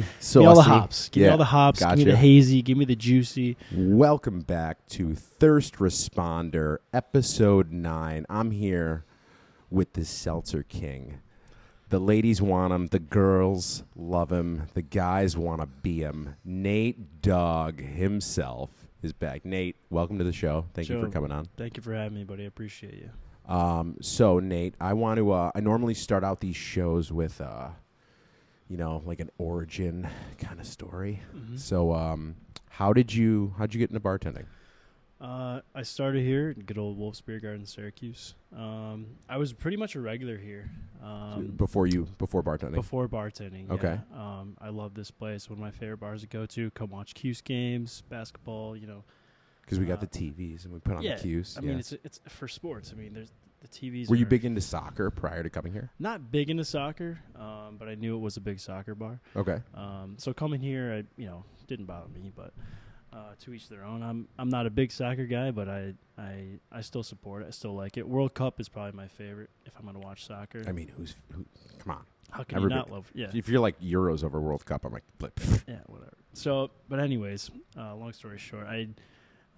Give me all the Saucy. hops. Give me Yeah, all the hops. Give me gotcha. the hazy. Give me the juicy. Welcome back to Thirst Responder, episode nine. I'm here with the Seltzer King. The ladies want him. The girls love him. The guys want to be him. Nate Dogg himself is back. Nate, welcome to the show. Thank you for Joe. coming on. Thank you for having me, buddy. I appreciate you. Um, so, Nate, I want to. Uh, I normally start out these shows with, uh, you know, like an origin kind of story. Mm-hmm. So, um, how did you? How'd you get into bartending? Uh, I started here at good old Wolf's Beer Garden, Syracuse. Um, I was pretty much a regular here um, before you before bartending. before bartending. yeah. Okay. Um, I love this place. One of my favorite bars to go to. Come watch Cuse games, basketball. You know, because we got uh, the TVs and we put on yeah. the cues. I yeah. mean, it's it's for sports. I mean, there's the TVs. Were you are- big into soccer prior to coming here? Not big into soccer, um, but I knew it was a big soccer bar. Okay. Um, so coming here, I, you know, didn't bother me, but uh, to each their own. I'm I'm not a big soccer guy, but I I I still support it. I still like it. World Cup is probably my favorite if I'm gonna watch soccer. I mean, who's who? Come on. How can everybody- you not love? Yeah, If you're like Euros over World Cup, I'm like, flip. pff, yeah, whatever. So, but anyways, uh, long story short, I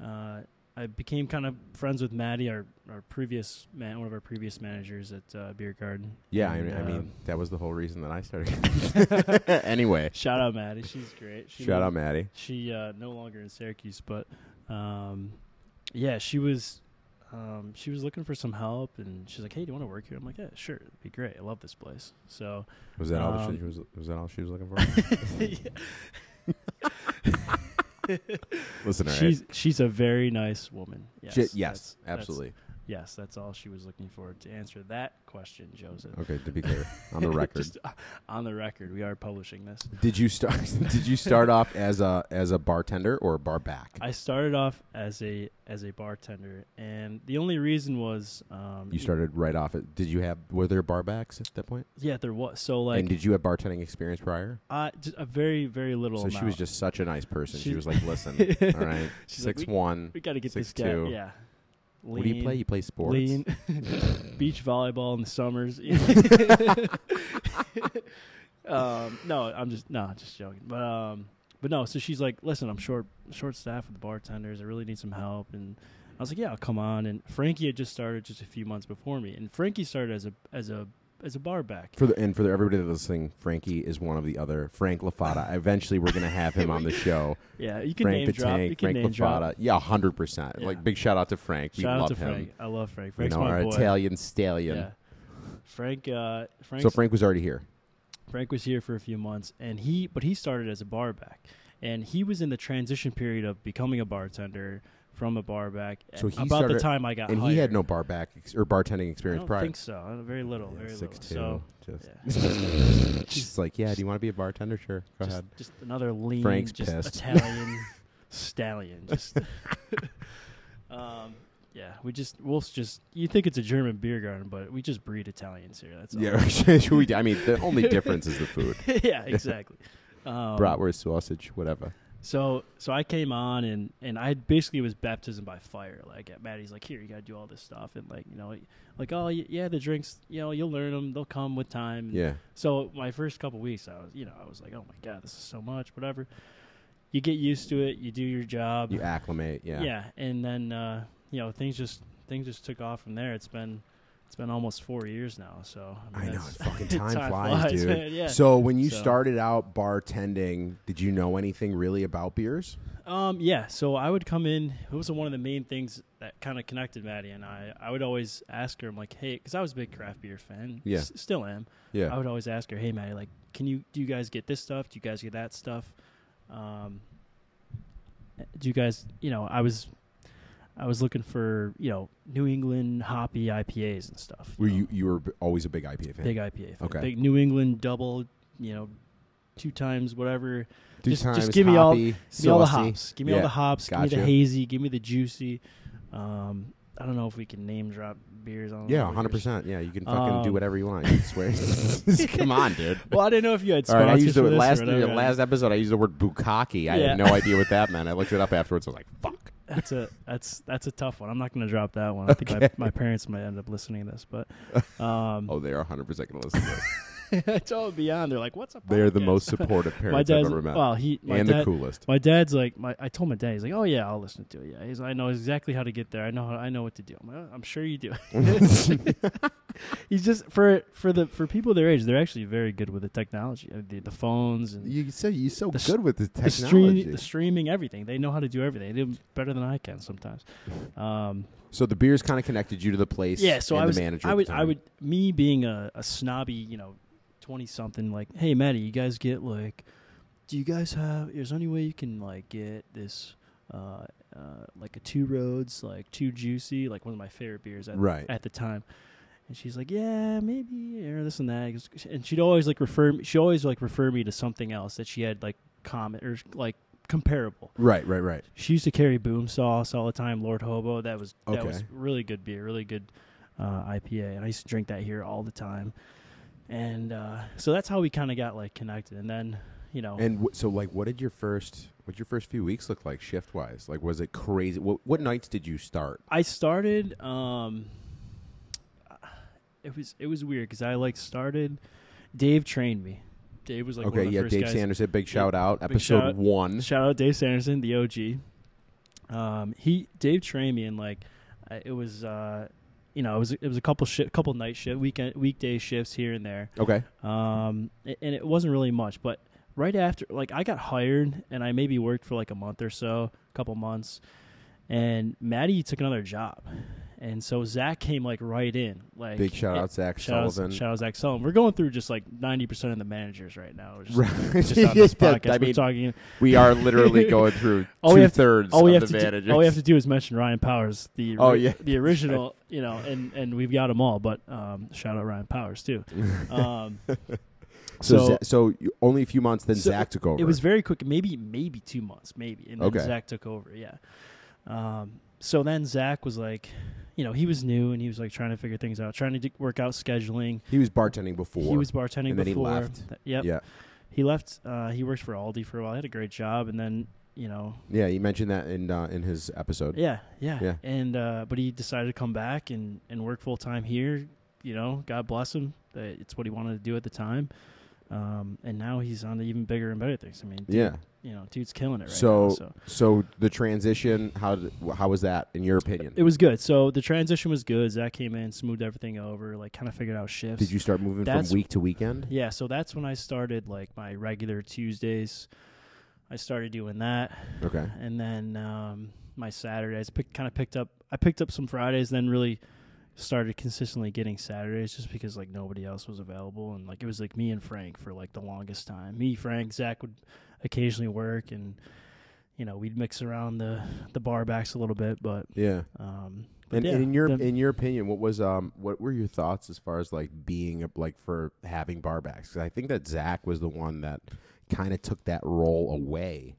uh, I became kind of friends with Maddie, our our previous man, one of our previous managers at uh, Beer Garden. yeah. I And, mean, I um, mean, that was the whole reason that I started. anyway, shout out Maddie, she's great. She shout moved- out Maddie. she uh, no longer in Syracuse, but um, yeah, she was um, she was looking for some help, and she's like, "Hey, do you want to work here?" I'm like, "Yeah, sure, it'd be great. I love this place." So Was that all Um, she was? Was that all she was looking for? Listen, all right. she's she's a very nice woman. Yes, Shit, that's- yes, that's- absolutely. yes, that's all she was looking for to answer that question, Joseph. Okay, to be clear, on the record, Just, uh, on the record, we are publishing this. did you start? did you start off as a as a bartender or a bar back? I started off as a as a bartender, and the only reason was um, you started right off. At, did you have? Were there bar backs at that point? Yeah, there was so like and did you have bartending experience prior? Uh, just a very, very little. So she amount. was just such a nice person. She, She- was like, "Listen, all right, She's like, six one. We got to get this guy. 6'2". Yeah. Lean, What do you play? You play sports? Lean. Beach volleyball in the summers. um, no, I'm just no, just joking. But um, but no. So she's like, listen, I'm short, short staff with the bartenders. I really need some help. And I was like, yeah, I'll come on. And Frankie had just started just a few months before me, and Frankie started as a as a as a bar back. For the and for the, everybody that's listening, Frankie is one of the other Frank Lafata. Eventually, we're gonna have him on the show. Yeah, you can Frank name the drop. you Tank, can Frank name drop. Lafata. Yeah, hundred percent. Yeah. Like big shout out to Frank. we Shout out love to him. Frank. I love Frank. You Frank's know, my our boy. Italian stallion. Yeah. Frank uh Frank's, So Frank was already here. Frank was here for a few months and he but he started as a bar back. And he was in the transition period of becoming a bartender from a bar back So he about started- the time I got and hired. he had no bar back ex- or bartending Oh, I experience don't prior. think so. Uh, Very little, very six two. little. just. So yeah. She's like, yeah. Do you want to be a bartender? Sure. Go just, ahead. just another lean, Frank's just pissed. Italian stallion. Just, um, yeah, we just Wolf's just. You think it's a German beer garden, but we just breed Italians here. That's all. Yeah. should we- I mean, the only difference is the food. yeah, exactly. Um, Bratwurst, sausage, whatever. So so I came on and and I basically was baptism by fire. Like at Maddie's like here you gotta do all this stuff and like you know like oh y- yeah the drinks you know you'll learn them they'll come with time. Yeah. So my first couple weeks, I was, you know, I was like, oh my god, this is so much. Whatever. You get used to it. You do your job. You acclimate, yeah. and then uh, you know things just things just took off from there. It's been it's been almost four years now. So I mean, know. that's- Fucking time, time flies, flies, dude. man, yeah. So when you So- started out bartending, did you know anything really about beers? Um, yeah. So I would come in. It was one of the main things that kind of connected Maddie and I. I would always ask her, I'm like, hey, because I was a big craft beer fan. Yeah. S- still am. I would always ask her, "Hey, Maddie, like, can you do you guys get this stuff? Do you guys get that stuff? Um, do you guys, you know, I was, I was looking for, you know, New England hoppy IPAs and stuff. Were know. you you were b- always a big IPA fan? big IPA? Fan. Okay. Big New England double, you know, two times whatever. Two just- just times give me all- hoppy, Give me all the saucy. hops. Give me all Yeah, the hops. Give me gotcha. the hazy. Give me the juicy. Um, I don't know if we can name drop beers. I don't know Yeah, what hundred yours- percent. Yeah, you can fucking do Um, whatever you want. You can swear. Come on, dude. Well, I didn't know if you had All sponsors right, I used the for this or last whatever. the last episode. I used the word bukkake. I Yeah. had no idea what that meant. I looked it up afterwards. I was like, "Fuck." That's a that's that's a tough one. I'm not going to drop that one. I think my, my parents might end up listening to this, but um, Oh, they are 100 percent gonna listen to this. it's all beyond. They're like, "What's up?" They are the most supportive My parents I've dad's ever met, well, he my and dad, the coolest. My dad's like, my I told my dad, he's like, "Oh yeah, I'll listen to it. Yeah, he's, I know exactly how to get there. I know how, I know what to do. I'm, like, "Oh, I'm sure you do." he's just for for the for people their age, they're actually very good with the technology, uh, the, the phones and you say you're so The s- good with the the, technology. stream, the streaming, everything. They know how to do everything. They do better than I can sometimes. Um, so the beers kind of connected you to the place. yeah, so and I the was, manager. I at would, the I time. would, me being a, a snobby, you know, twenty something, like, hey, Maddie, you guys get like, do you guys have? Is there any way you can like get this, uh, uh like a two roads, like two juicy, like one of my favorite beers at, Right. at the time. And she's like, yeah, maybe or this and that, and she'd always like refer, she always like refer me to something else that she had like comment or like comparable. Right, right, right. She used to carry Boom Sauce all the time, Lord Hobo. That was that was Okay. really good beer, really good uh, IPA, and I used to drink that here all the time. And uh, so that's how we kind of got like connected. And then you know, And w- so, like, what did your first, what your first few weeks look like shift wise? Like, was it crazy? What, what nights did you start? I started. Um, it was it was weird because I like started. Dave trained me. Dave was like one okay, of the yeah, first Dave guys. Sanders. Big shout out, big episode shout- one. Shout out Dave Sanderson, the OG. Um, he Dave trained me, and like I- it was, uh, you know, it was it was a couple shift, couple night shift, weekend, weekday shifts here and there. Okay, Um, a- and it wasn't really much, but right after, like I got hired, and I maybe worked for like a month or so, a couple months, and Maddie took another job, and so Zach came like right in, like big shout it- out, Zach Shout out, Sullivan. shout out Zach Sullivan. We're going through just like ninety percent of the managers right now. It's Just, Right. just on this Yeah, podcast, I we're mean, talking we are literally going through All we two have to- thirds all we of have the to managers. Do, all we have to do is mention Ryan Powers, the Oh, ori- yeah. the original, you know, and and we've got them all. But um, shout out Ryan Powers too. Um, so, so- Za- so you- only a few months, then So Zach took over. it was very quick, maybe maybe two months, maybe, and then Okay. Zach took over. Yeah. Um, so then Zach was like, you know, he was new and he was like trying to figure things out, trying to d- work out scheduling. he was bartending before. He was bartending and then he before. left. Th- Yep. yeah, He left. Uh, he worked for Aldi for a while. He had a great job, and then you know yeah. You mentioned that in uh, in his episode. Yeah, yeah, Yeah. And uh, but he decided to come back and and work full time here. You know, God bless him. That it's what he wanted to do at the time. Um, and now he's on to even bigger and better things. I mean, dude, yeah. you know, dude's killing it right So- now. So So the transition, how did, how was that in your opinion? it was good. So the transition was good. Zach came in, smoothed everything over, like kind of figured out shifts. Did you start moving from That's- week to weekend? Yeah, so that's when I started like my regular Tuesdays. I started doing that. Okay. and then um, my Saturdays pick, kind of picked up. I picked up some Fridays, then really started consistently getting Saturdays just because like nobody else was available, and like it was like me and Frank for like the longest time. Me, Frank, Zach would occasionally work, and you know we'd mix around the the bar backs a little bit, but Yeah. um, but And, yeah, and in your then- in your opinion, what was um what were your thoughts as far as like being a- like for having bar backs? 'Cause I think that Zach was the one that kind of took that role away,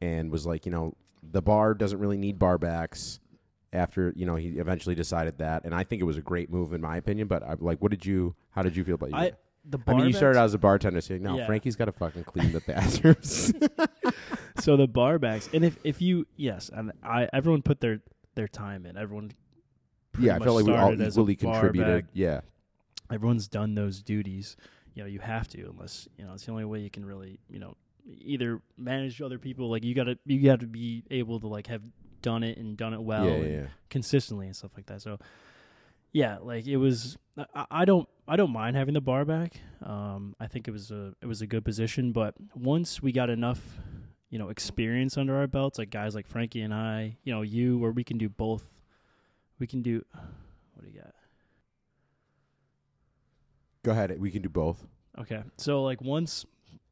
and was like, you know, the bar doesn't really need bar backs. After you know, he eventually decided that, and I think it was a great move in my opinion. But I like, what did you? How did you feel about you? I the I bar mean, you backs- started out as a bartender, saying, "No, Yeah. Frankie's got to fucking clean the bathrooms." so the bar backs, and if if you yes, and I everyone put their their time in. Everyone pretty yeah, I much felt like we all started as a equally bar contributed. back. Yeah, everyone's done those duties. You know, you have to unless you know it's the only way you can really you know either manage other people. Like you gotta you have to be able to like have done it and done it well yeah, and yeah, yeah. consistently and stuff like that. So yeah, like it was. I, I don't I don't mind having the bar back. Um, I think it was a it was a good position, but once we got enough. You know, experience under our belts, like guys like Frankie and I, you know, you, where we can do both. We can do, what do you got? Go ahead. We can do both. Okay. So, like, once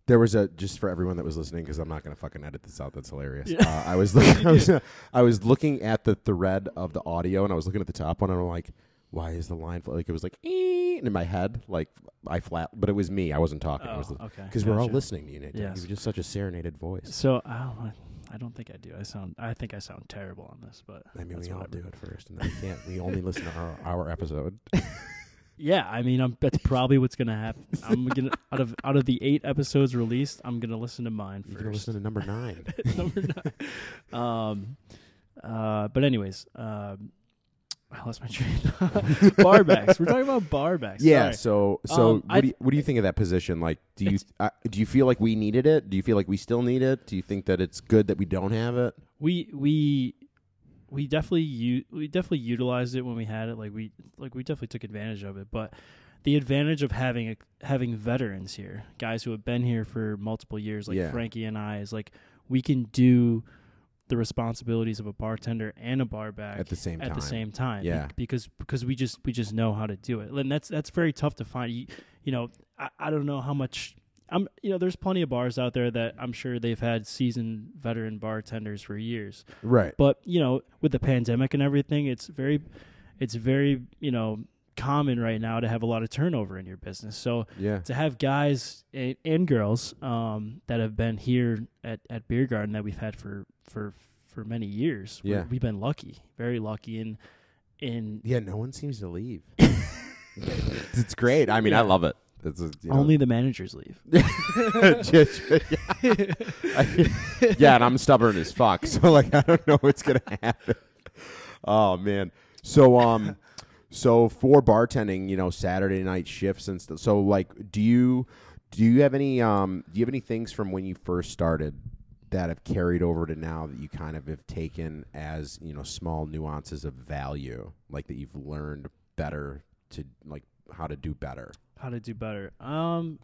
There was a just for everyone that was listening because I'm not gonna fucking edit this out. That's hilarious. Yeah. Uh, I was looking, I was, I was looking at the thread of the audio and I was looking at the top one and I'm like, why is the line fl-? like it was like "Ee," and in my head like I flat, but it was me. I wasn't talking. I was Oh, okay. because we're all Gotcha. listening to you. Nate. Yes. You were just such a serenaded voice. So oh, I don't, know. I don't think I do. I sound. I think I sound terrible on this, but I mean, that's we all whatever. do it first, and then we can't. We only listen to our, our episode. Yeah, I mean, I'm, that's probably what's gonna happen. I'm gonna out of out of the eight episodes released, I'm gonna listen to mine You're gonna first. listen to number nine. Number nine. Um, uh, but anyways, um, I lost my train. barbacks. We're talking about barbacks. Yeah. Sorry. So, so Um, what, I- do you, what do you think of that position? Like, do you uh, do you feel like we needed it? Do you feel like we still need it? Do you think that it's good that we don't have it? we we we definitely u- we definitely utilized it when we had it like we like we definitely took advantage of it but the advantage of having a, having veterans here guys who have been here for multiple years like Yeah. Frankie and I is like we can do the responsibilities of a bartender and a bar back At the same at time. the same time Be- Yeah. because because we just we just know how to do it and that's that's very tough to find you, you know I, I don't know how much I'm you know there's plenty of bars out there that I'm sure they've had seasoned veteran bartenders for years Right. but you know with the pandemic and everything it's very it's very you know common right now to have a lot of turnover in your business so Yeah. to have guys and, and girls um, that have been here at, at beer garden that we've had for for for many years we- Yeah. we've been lucky very lucky in in Yeah. No one seems to leave. it's great. I mean, I Yeah. love it. It's a, you know, only the managers leave Just- I- yeah, and I'm stubborn as fuck. So like, I don't know what's gonna happen. Oh man. So um, so for bartending, you know, Saturday night shifts and stuff. So like, do you do you have any um do you have any things from when you first started that have carried over to now that you kind of have taken as you know small nuances of value, like that you've learned better to like how to do better. how to do better um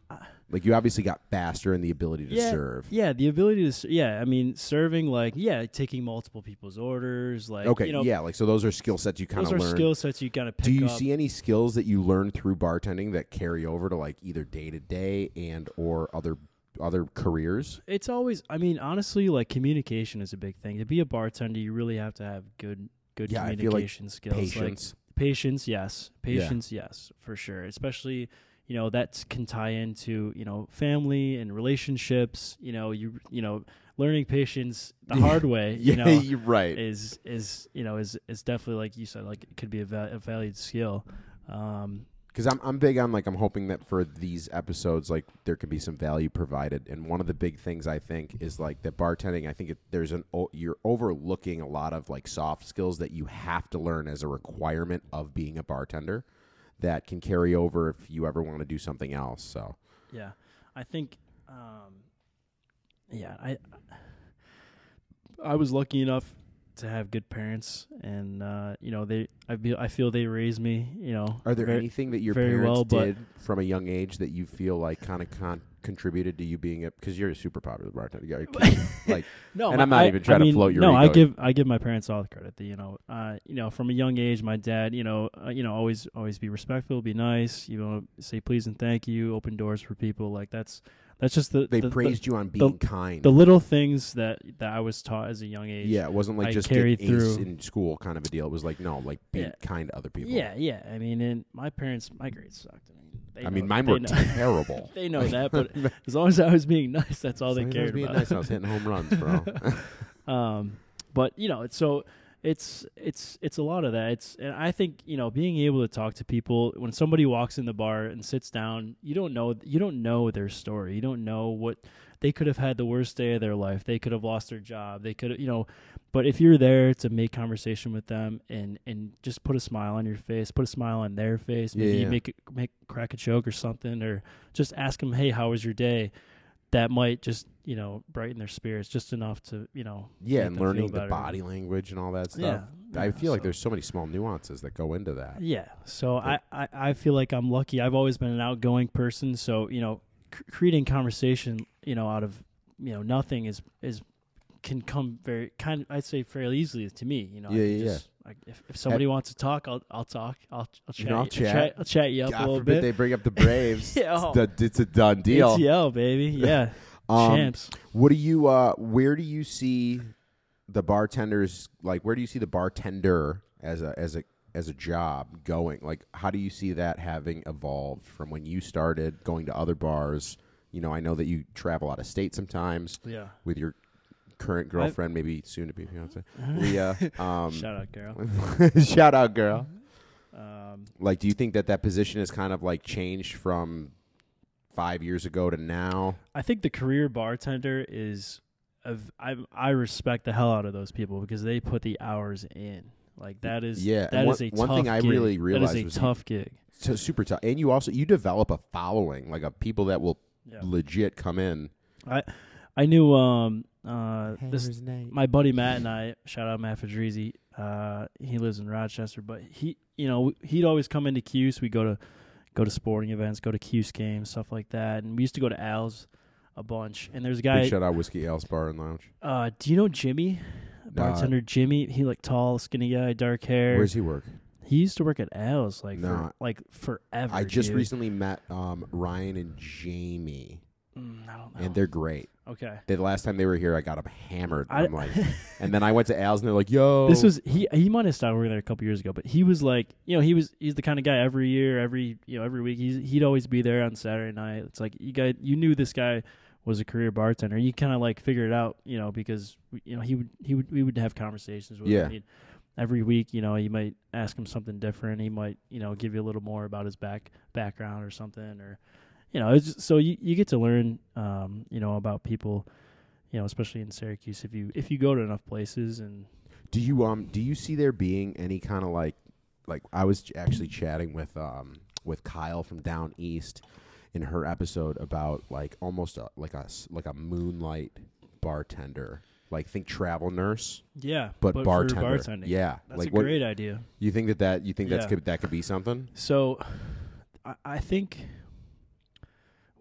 Like you obviously got faster in the ability to serve. Yeah, the ability to s- yeah, I mean serving like yeah, taking multiple people's orders like Okay, you know, yeah, like so those are skill sets you kind those of are learn. skill sets you gotta pick Do you up. see any skills that you learn through bartending that carry over to like either day to day and or other other careers? it's always I mean, honestly, like communication is a big thing. To be a bartender you really have to have good good Yeah, I feel like communication skills. Like Patience. patience, yes. Patience, yes, for sure. Especially you know that can tie into you know family and relationships. You know you you know learning patience the hard way. You know are right. is is you know is is definitely like you said like it could be a, va- a valued skill um Because I'm I'm big on like I'm hoping that for these episodes like there can be some value provided. And one of the big things I think is like that bartending. I think it, there's an o- you're overlooking a lot of like soft skills that you have to learn as a requirement of being a bartender that can carry over if you ever want to do something else. So yeah i think um yeah i i was lucky enough to have good parents and uh you know they i feel i feel they raised me you know Are there very- anything that your very parents well, but- did from a young age that you feel like kind of con- contributed to you being a because you're a super popular bartender? You're kidding. like no and my- I'm not I- even trying I to mean, float your no i ego. give i give my parents all the credit that you know uh you know from a young age my dad you know uh, you know always always be respectful be nice you know say please and thank you open doors for people like that's that's just the they the, the- praised you on being kind. the little things that that I was taught as a young age. yeah, it wasn't like I just carried get ace through. in school kind of a deal. It was like no, like be Yeah. kind to other people. yeah, yeah. I mean, and my parents, my grades sucked. I mean, they I mean know- mine they were know- terrible. they know that, but as long as I was being nice, that's all As they long as I was cared being about. nice, I was hitting home runs, bro. um, but you know, it's so it's it's it's a lot of that. It's and I think you know being able to talk to people when somebody walks in the bar and sits down, you don't know you don't know their story. You don't know what they could have had the worst day of their life. They could have lost their job. They could have you know, but if you're there to make conversation with them and and just put a smile on your face, put a smile on their face, maybe Yeah, yeah. make a- make crack a joke or something, or just ask them, hey, how was your day? That might just you know brighten their spirits just enough to you know yeah, make and them feel learning the better. body language and all that stuff. Yeah, I yeah, feel like so- there's so many small nuances that go into that. Yeah. So I, Like- I, I feel like I'm lucky. I've always been an outgoing person. So, you know, cr- creating conversation, you know, out of, you know, nothing is, is, can come very kind of, I'd say fairly easily to me, you know. Yeah, I can yeah, just, Like if, if somebody wants to talk, I'll, I'll talk. I'll, I'll You chat. know, I'll you- chat. I'll chat you up God a little forbid bit. they bring up the Braves. Yeah. oh. it's, done- it's a done deal. ATL, baby. Yeah. Um, Champs. What do you? Uh, where do you see the bartenders? Like, where do you see the bartender as a as a as a job going? Like, how do you see that having evolved from when you started going to other bars? You know, I know that you travel out of state sometimes Yeah. with your current girlfriend, maybe soon to be fiance, Leah. Um, Shout out, girl. shout out, girl. Um, Like, do you think that that position is kind of like changed from five years ago to now? I think the career bartender is, of I I respect the hell out of those people because they put the hours in. Like that is Yeah, yeah. and That one- is a one tough thing I gig. really realized that is a was you- tough gig. So super tough. And you also you develop a following, like of people that will Yeah. legit come in. I knew um uh this my buddy Matt and I shout out Matt Fadrizi. Uh, he lives in Rochester, but he you know he'd always come into Cuse. We go to go to sporting events, go to Cuse games, stuff like that, and we used to go to Al's a bunch. And there's a guy. Big shout out Whiskey Ales Bar and Lounge. Uh, Uh, do you know Jimmy? Bartender Jimmy. He like tall, skinny guy, dark hair. Where does he work? he used to work at Al's like Nah. for, like forever. I just dude. recently met um, Ryan and Jamie, Mm, I don't know. and they're great. okay. They, the last time they were here, I got them hammered. I- I'm like, and then I went to Al's, and they're like, "Yo, This was he. He might have stopped working there a couple years ago, but he was like, you know, he was he's the kind of guy every year, every you know, every week. He's he'd always be there on Saturday night. It's like you guy, you knew this guy was a career bartender. You kind of like figured it out, you know, because you know he would he would we would have conversations with Yeah. him. He'd- every week, you know, you might ask him something different. He might you know give you a little more about his back background or something, or you know, it's just, so you you get to learn, um, you know, about people. You know, especially in Syracuse, if you if you go to enough places and do you um do you see there being any kind of like like I was ch- actually chatting with um with Kyle from Down East in her episode about like almost a, like a s- like a moonlight bartender, like think travel nurse, Yeah, but, for bartender. bartending. Yeah, that's like a what great idea. you think that that you think that's Yeah. could, that could be something? So, I, I think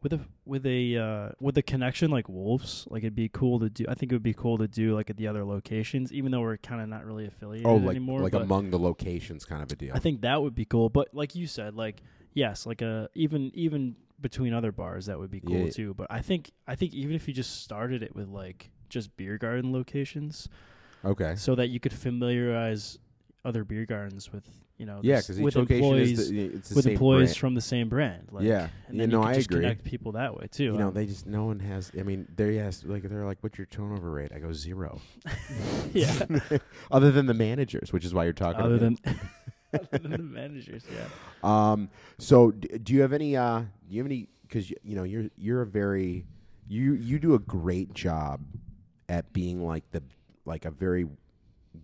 with a with a uh, with a connection like Wolves, like it'd be cool to do. I think it would be cool to do like at the other locations, even though we're kind of not really affiliated oh, like anymore. like but among the locations kind of a deal. I think that would be cool. But like you said, like yes, like a even even between other bars that would be cool Yeah. too. But I think I think even if you just started it with like just beer garden locations, okay. so that you could familiarize other beer gardens with you know Yeah, this- because each with location employees is the, it's the with same employees brand. from the same brand. Like, Yeah. and Yeah, then no, you can I just agree. connect people that way too. You know, Um, they just no one has. I mean, they asked like they're like, "What's your turnover rate?" I go zero. yeah. other than the managers, which is why you're talking. Other to me. than, other than the managers, yeah. um, so d- do you have any? Uh, do you have any? Because you, you know, you're you're a very you you do a great job at being like the like a very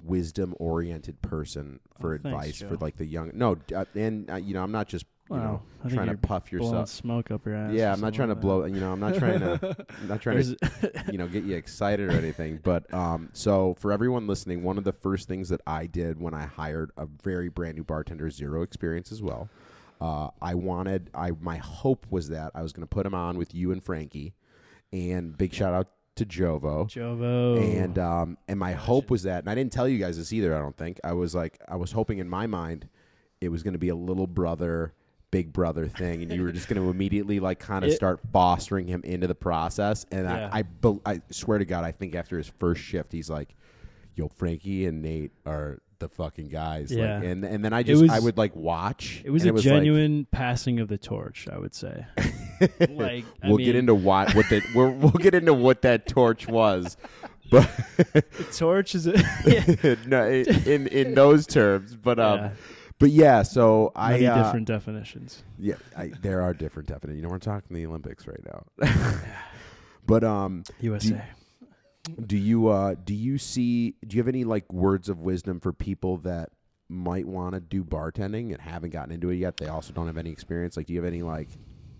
wisdom oriented person for Oh, thanks, advice for Joe. like the young. No, d- uh, and uh, you know, I'm not just you Wow. know I think trying to you're puff Blowing yourself. smoke up your ass. Yeah, or I'm not something trying to like that. blow. You know, I'm not trying to. I'm not trying to There's- you know get you excited or anything but um so for everyone listening one of the first things that i did when i hired a very brand new bartender zero experience as well uh i wanted i my hope was that i was going to put him on with you and frankie and big shout out to jovo Jovo. and um and my hope was that and i didn't tell you guys this either i don't think i was like i was hoping in my mind it was going to be a little brother big brother thing and you were just going to immediately like kind of It- start fostering him into the process and Yeah. I, I bel i swear to god i think after his first shift he's like yo frankie and nate are the fucking guys Yeah. like and and then i just was- i would like watch it was and a like, genuine passing of the torch, I would say. like I we'll mean, get into what what the we're, we'll get into what that torch was but the torch is a, yeah, no, i- in in those terms, but um, Yeah. but yeah. So I many uh, different definitions. yeah, I, there are different definitions. You know, we're talking the Olympics right now. but um, USA. do you uh do you see do you have any like words of wisdom for people that might want to do bartending and haven't gotten into it yet? They also don't have any experience. Like, do you have any like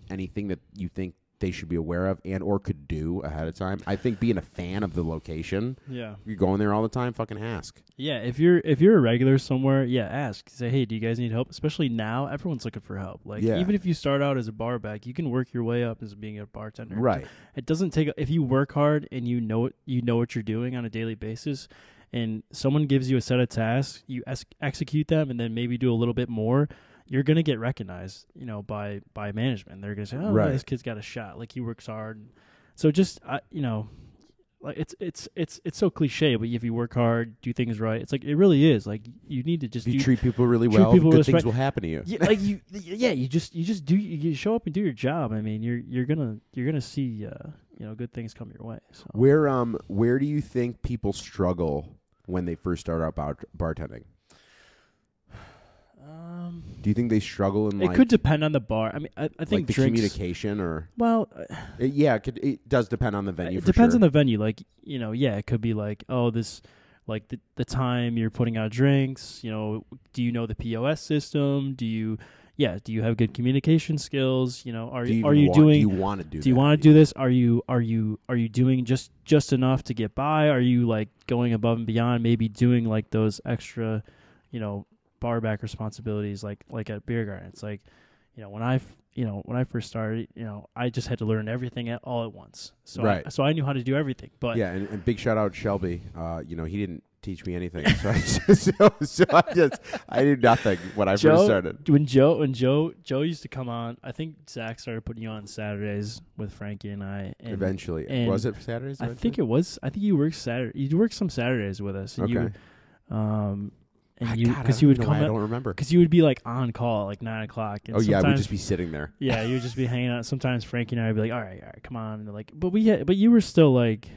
anything that you think? They should be aware of and or could do ahead of time. I think being a fan of the location, yeah. you're going there all the time. Fucking ask. Yeah, if you're if you're a regular somewhere, yeah, ask. Say, hey, do you guys need help? Especially now, everyone's looking for help. Like, Yeah. even if you start out as a bar back, you can work your way up as being a bartender. Right. It doesn't take if you work hard and you know it, you know what you're doing on a daily basis, and someone gives you a set of tasks, you es- execute them, and then maybe do a little bit more. You're gonna get recognized, you know, by by management. They're gonna say, oh, yeah, Right. this kid's got a shot. Like he works hard. So just, I, you know, like it's it's it's it's so cliche, but if you work hard, do things right, it's like it really is. Like you need to just If you do, treat people really treat well, people good with things respect- will happen to you. yeah, like you yeah you just you just do you show up and do your job. I mean you're you're gonna you're gonna see uh, you know good things come your way. So Where um where do you think people struggle when they first start out bar- bartending? um, Do you think they struggle in it like, could depend on the bar. I mean I, I like think the drinks. communication or Well, uh, it, yeah, it, could, it does depend on the venue. it depends for on sure. the venue. Like you know, yeah, it could be like oh this like the the time you're putting out drinks. You know, do you know the POS system? Do you yeah, do you have good communication skills? You know, are Do you are even you want, doing Do you want to do? do you that? want to do this are you are you are you doing just just enough to get by are you like going above and beyond maybe doing like those extra you know bar back responsibilities like like at beer garden it's like you know when i f- you know when i first started you know i just had to learn everything at, all at once so I, Right. so i knew how to do everything but Yeah, and, and big shout out Shelby. Uh, you know, he didn't teach me anything, so I just, so, so I just I knew nothing when I Joe- first started. when Joe when Joe Joe used to come on, I think Zach started putting you on Saturdays with Frankie and I. And eventually, and was it Saturdays? I think it was. I think you worked Saturday. You worked some Saturdays with us. And okay. You, Um, Ah, and you God, I because you would don't know why I come don't remember. because you would be like on call at, like nine o'clock. And Oh yeah, I would sometimes- just be sitting there. yeah, you would just be hanging out. Sometimes Frankie and I would be like, all right, all right, come on. And they're like, but we had, but you were still like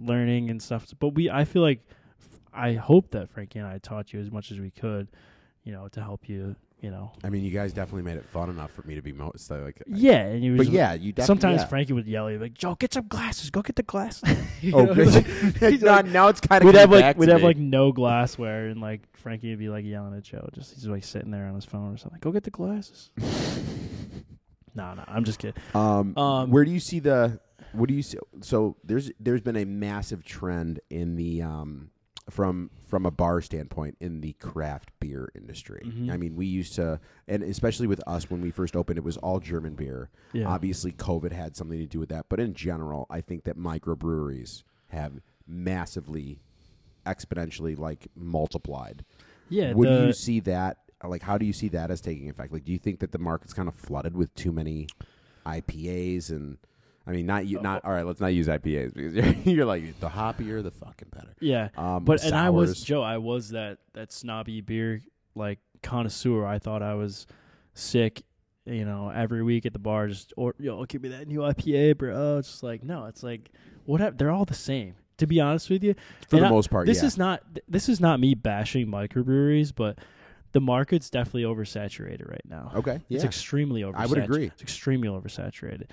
learning and stuff. But we, I feel like, I hope that Frankie and I taught you as much as we could, you know, to help you, you know. I mean, you guys definitely made it fun enough for me to be most so, like. Yeah, and you. but yeah, you definitely. sometimes yeah. Frankie would yell, at you like, Joe, get some glasses. Go get the glass. Oh, now, now it's kind of we'd have back like to we'd have me. like no glassware, and like Frankie would be like yelling at Joe, just he's like sitting there on his phone or something. Like, Go get the glasses. no, no, I'm just kidding. Um, Um, where do you see the? What do you see? So there's there's been a massive trend in the um, from from a bar standpoint in the craft beer industry. Mhm. I mean, we used to, and especially with us when we first opened, it was all German beer. Yeah, Obviously, COVID had something to do with that, but in general, I think that microbreweries have massively, exponentially, like multiplied. yeah. Would the- you see that? Like, how do you see that as taking effect? Like, do you think that the market's kind of flooded with too many IPAs and? I mean, not you, not all right. Let's not use IPAs because you're, you're like the hoppier, the fucking better. yeah, Um, but and I was sours. Joe. I was that that snobby beer like connoisseur. I thought I was sick. You know, every week at the bar, just or yo, give me that new IPA, bro. Oh, It's just like no, it's like what hap- they're all the same. To be honest with you, for and the I- most part. this yeah. is not th- this is not me bashing microbreweries, but the market's definitely oversaturated right now. okay. Yeah, It's extremely oversaturated. I would agree. It's extremely oversaturated.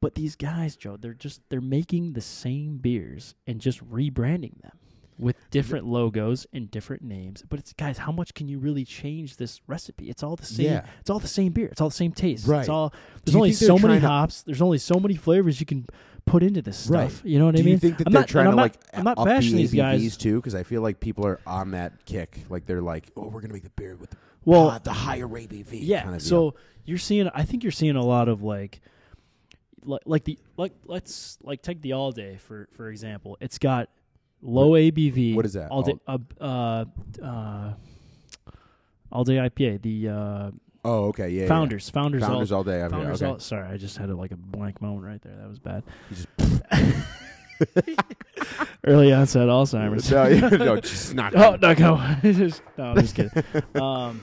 But these guys, Joe, they're just they're making the same beers and just rebranding them with different logos and different names. But it's guys, how much can you really change this recipe? It's all the same. Yeah. It's all the same beer. It's all the same taste. Right. It's all there's you only think they're so many trying to- hops. there's only so many flavors you can put into this Right. stuff. You know what do I mean? you think that I'm they're not- and trying to I'm not- like I'm not up bashing the these ABVs guys. too? Because I feel like people are on that kick. Like they're like, oh, we're gonna make the beer with the, Well, uh, the higher ABV. yeah kind of so you're seeing i think you're seeing a lot of like like like the like let's like take the all day for for example it's got low abv what is that? all day uh, uh uh all day ipa the uh deal. Oh, okay, yeah, yeah, yeah. founders founders, founders all all day. okay, founders okay. all sorry i just had a, like a blank moment right there that was bad You just- early onset alzheimer's No, yeah, no, just not. oh no no Just- no i'm just kidding um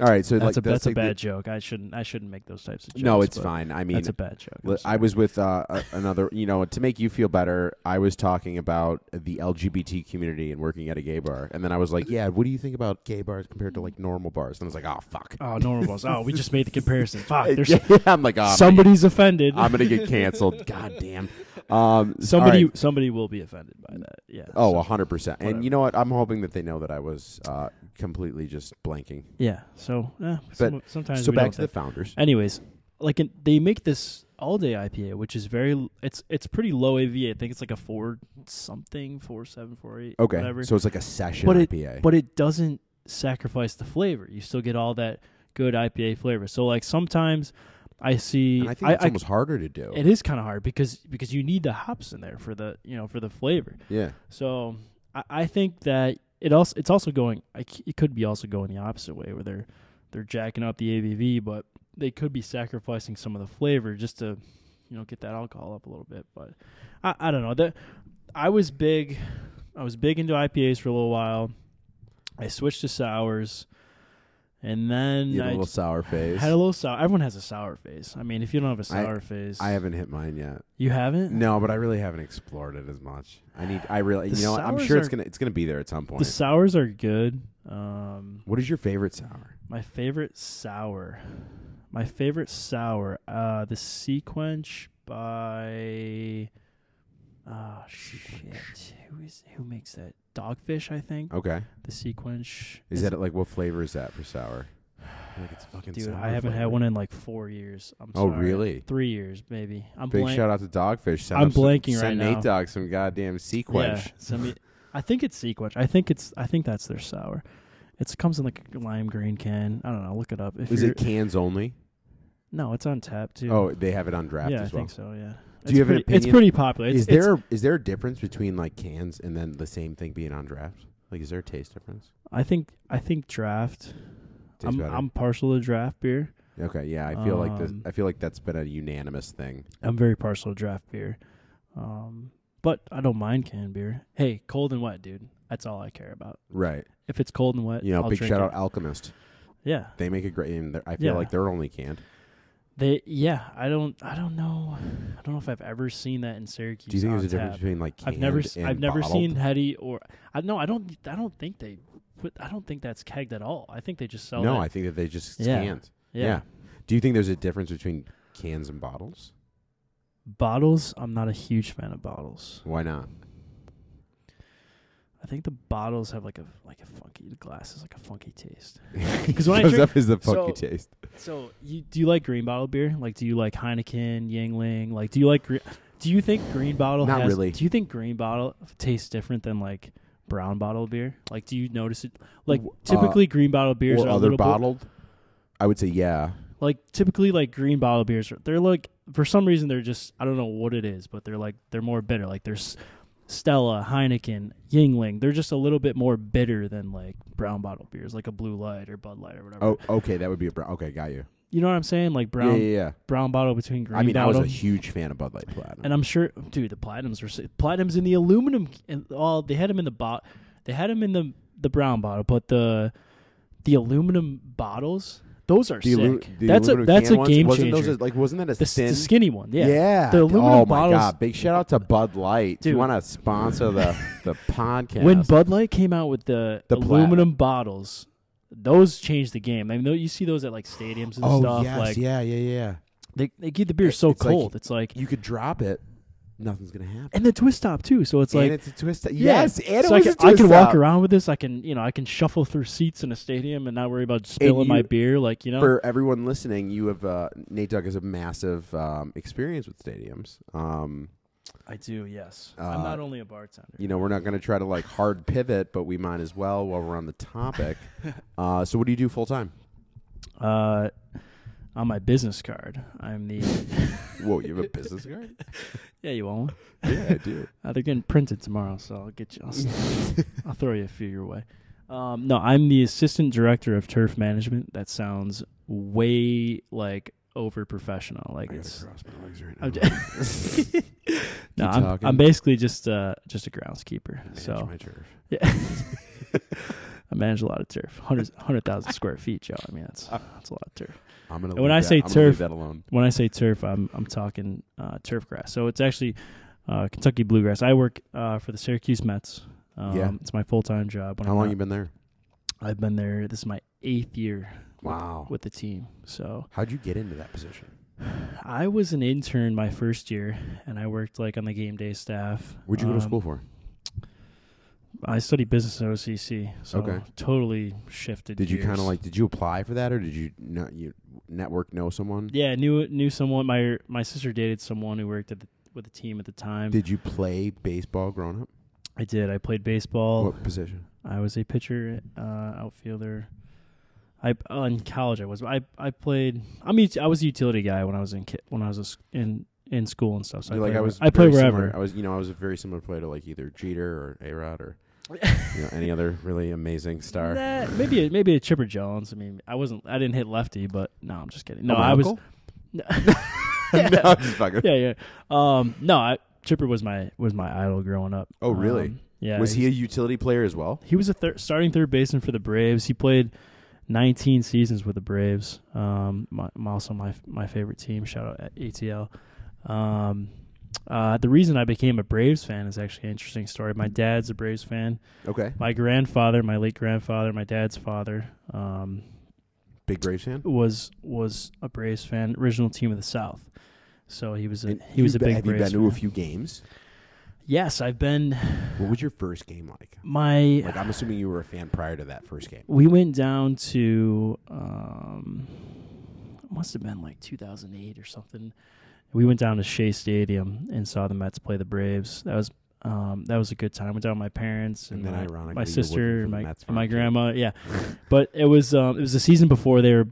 All right, so that's like a that's a like bad the- joke i shouldn't i shouldn't make those types of jokes no, it's but fine. I mean, that's a bad joke I'm li- I was with uh, a- another. You know, to make you feel better, I was talking about the LGBT community and working at a gay bar, and then I was like, "Yeah, what do you think about gay bars compared to like normal bars?" And I was like, "Oh fuck." Oh, normal balls. Oh, we just made the comparison. Fuck. There's Yeah, I'm like, oh, somebody's offended. I'm gonna get canceled. God damn. Um, all somebody right. somebody will be offended by that. Yeah. Oh, so- 100 percent. And you know what? I'm hoping that they know that I was uh, completely just blanking. yeah. So, eh, some, sometimes so we back don't to the think- founders. Anyways, like in, they make this all day IPA, which is very l- it's it's pretty low AV. I think it's like a four something, four seven, four eight. Okay, Whatever. so it's like a session But it- IPA. but it doesn't sacrifice the flavor. You still get all that good IPA flavor. So like sometimes I see and I think it's almost harder to do. it is kind of hard because because you need the hops in there for the you know for the flavor. yeah. So I, I think that it also it's also going I c- it could be also going the opposite way where they're they're jacking up the ABV, but they could be sacrificing some of the flavor just to you know get that alcohol up a little bit. But I, I don't know that I was big I was big into IPAs for a little while. I switched to sours, and then You had I a little sour face. had a little sour. Everyone has a sour phase. I mean, if you don't have a sour phase, I haven't hit mine yet. You haven't? No, but I really haven't explored it as much. I need. I really. The you know, what? I'm sours sure it's are- gonna. It's gonna be there at some point. The sours are good. Um, what is your favorite sour? My favorite sour. My favorite sour. Uh, the Sequench by Ah, shit. Who is who makes that? Dogfish, I think. Okay. The sequence. Oh. Is that like what flavor is that for sour? Like it's fucking Dude, sour I haven't had flavor. one in like four years. I'm Oh, sorry. really? Three years, maybe. I'm Big blank. shout out to Dogfish. Send I'm him some- blanking right send now. Nate Dog some goddamn Yeah, sequench. send me- I think it's sequence. I think it's. I think that's their sour. It comes in like a lime green can. I don't know. Look it up. If Is you're- it cans only? No, it's on tap too. Oh, they have it on draft yeah, I as well. think so. Yeah. Do you have an pretty, It's opinion? pretty popular. It's, is it's- there is there a difference between like cans and then the same thing being on draft? Like, is there a taste difference? I think. I think draft. Tastes I'm, better. I'm partial to draft beer. okay, yeah, I feel like this. Um, I feel like that's been a unanimous thing. I'm very partial to draft beer, um, but I don't mind canned beer. Hey, cold and wet, dude. That's all I care about. Right. If it's cold and wet, You know, I'll big drink shout it. out Alchemist. Yeah, They make a great. And they're- I feel Yeah. like they're only canned. they. Yeah, I don't. I don't know. I don't know if I've ever seen that in Syracuse. Do you think on there's a difference tap. between like canned I've never. and I've never bottled? seen Hetty or. I no. I don't. I don't think they. Put, I don't think that's kegged at all. I think they just sell. No, that. I think that they just Yeah. canned. Do you think there's a difference between cans and bottles? Bottles. I'm not a huge fan of bottles. Why not? I think the bottles have like a like a funky. The glass is like a funky taste. Because when I shows drink- up is the so- funky taste. So, you do you like green bottle beer? Like, do you like Heineken, Yingling? Like, do you like? Gre- do you think green bottle? Not has- really. Do you think green bottle tastes different than like brown bottle beer? Like, do you notice it? Like, W- uh, typically green bottle beers or are a other little bit- bottled? I would say yeah. like typically like green bottle beers. are- They're like for some reason they're just I don't know what it is, but they're like they're more bitter. Like there's Stella, Heineken, Yingling. They're just a little bit more bitter than like brown bottle beers, like a Blue Light or Bud Light or whatever. Oh, okay, that would be a brown. Okay, got you. You know what I'm saying? Like brown yeah, yeah, yeah. brown bottle between green I mean, I bottle. was a huge fan of Bud Light Platinum. and I'm sure, dude, the platinums were si- platinums in the aluminum. And all they had them in the bot, they had them in the the brown bottle, but the the aluminum bottles, those are sick. alu- the that's a aluminum that's can a ones, game wasn't changer. Those, a- like, wasn't that a the, s- thin? the skinny one, yeah. yeah. the aluminum oh bottles. my god! Big shout out to Bud Light. Do Dude. you want to sponsor the the podcast? When Bud Light came out with the, The aluminum bottles, those changed the game. I mean, tho- you see those at like stadiums and oh stuff. yes, like yeah, yeah, yeah. they they keep the beer so It's like- cold, it's like You could drop it, nothing's gonna happen. and the twist top too. So it's like and it's a twist. Yeah. Yes, and it was so I a can, I twist can walk up. around with this. I can, you know, I can shuffle through seats in a stadium and not worry about spilling you- my beer. Like, you know, For everyone listening, you have uh, Nate Dog has a massive um, experience with stadiums. Um, I do. Yes, Uh, I'm not only a bartender. you know, we're not going to try to like hard pivot, but we might as well while we're on the topic. uh, so, what do you do full time? Uh, on my business card, I'm the. Whoa, you have a business card? yeah, you want one? Yeah, I do. Uh, they're getting printed tomorrow, so I'll get you. I'll, s- I'll throw you a few your way. Um, no, I'm the assistant director of turf management. That sounds way like over professional. Like it's my legs right I'm j- no, I'm, talking. I'm basically just uh, just a groundskeeper. so yeah, I manage a lot of turf, hundred hundred thousand square feet, Joe. I mean that's Ah. that's a lot of turf. I'm gonna. And when leave I that- say I'm gonna leave turf- that alone. When I say turf, I'm I'm talking uh, turf grass. So it's actually uh, Kentucky bluegrass. I work uh, for the Syracuse Mets. Um, Yeah. it's my full time job. When How I'm long not- you been there? I've been there. This is my eighth year Wow. with the team. So How'd you get into that position? I was an intern my first year, and I worked like on the game day staff. Where'd you go Um, to school for? I studied business at OCC, so Okay. totally shifted. Did you kind gears. of like? Did you apply for that, or did you not? You network know someone? Yeah, knew knew someone. My my sister dated someone who worked at the, with the team at the time. Did you play baseball growing up? I did. I played baseball. What position? I was a pitcher, uh, outfielder. I uh, in college I was. I I played. I mean, I was a utility guy when I was in ki- when I was a s in in school and stuff. So I You're like played I where- was. I played very wherever. similar- I was, you know, I was a very similar player to like either Jeter or A Rod or you know, any other really amazing star. Nah, maybe a, maybe a Chipper Jones. I mean, I wasn't. I didn't hit lefty, but no, I'm just kidding. No, Oh, my I was. uncle? yeah, no, I'm just fucking- yeah, yeah. Um, no, I, Chipper was my was my idol growing up. Oh, really? Um, yeah. was he a utility player as well? He was a thir- starting third baseman for the Braves. He played 19 seasons with the Braves. Um, my, my- also my my favorite team. Shout out at ATL. Um, uh, the reason I became a Braves fan is actually an interesting story. My dad's a Braves fan. Okay, My grandfather, my late grandfather, my dad's father, um, big Braves fan. was was a Braves fan, original team of the South. So he was a And he was you a be- big Have Braves you been fan. to a few games? Yes, I've been What was your first game like? my. Like, I'm assuming you were a fan prior to that first game. we went down to um, it must have been like 2008 or something. We went down to Shea Stadium and saw the Mets play the Braves. That was um, that was a good time. Went down with my parents and, And then my, ironically, you're my working sister, for and the my Mets and my farm team. grandma. Yeah, but it was um, it was the season before they were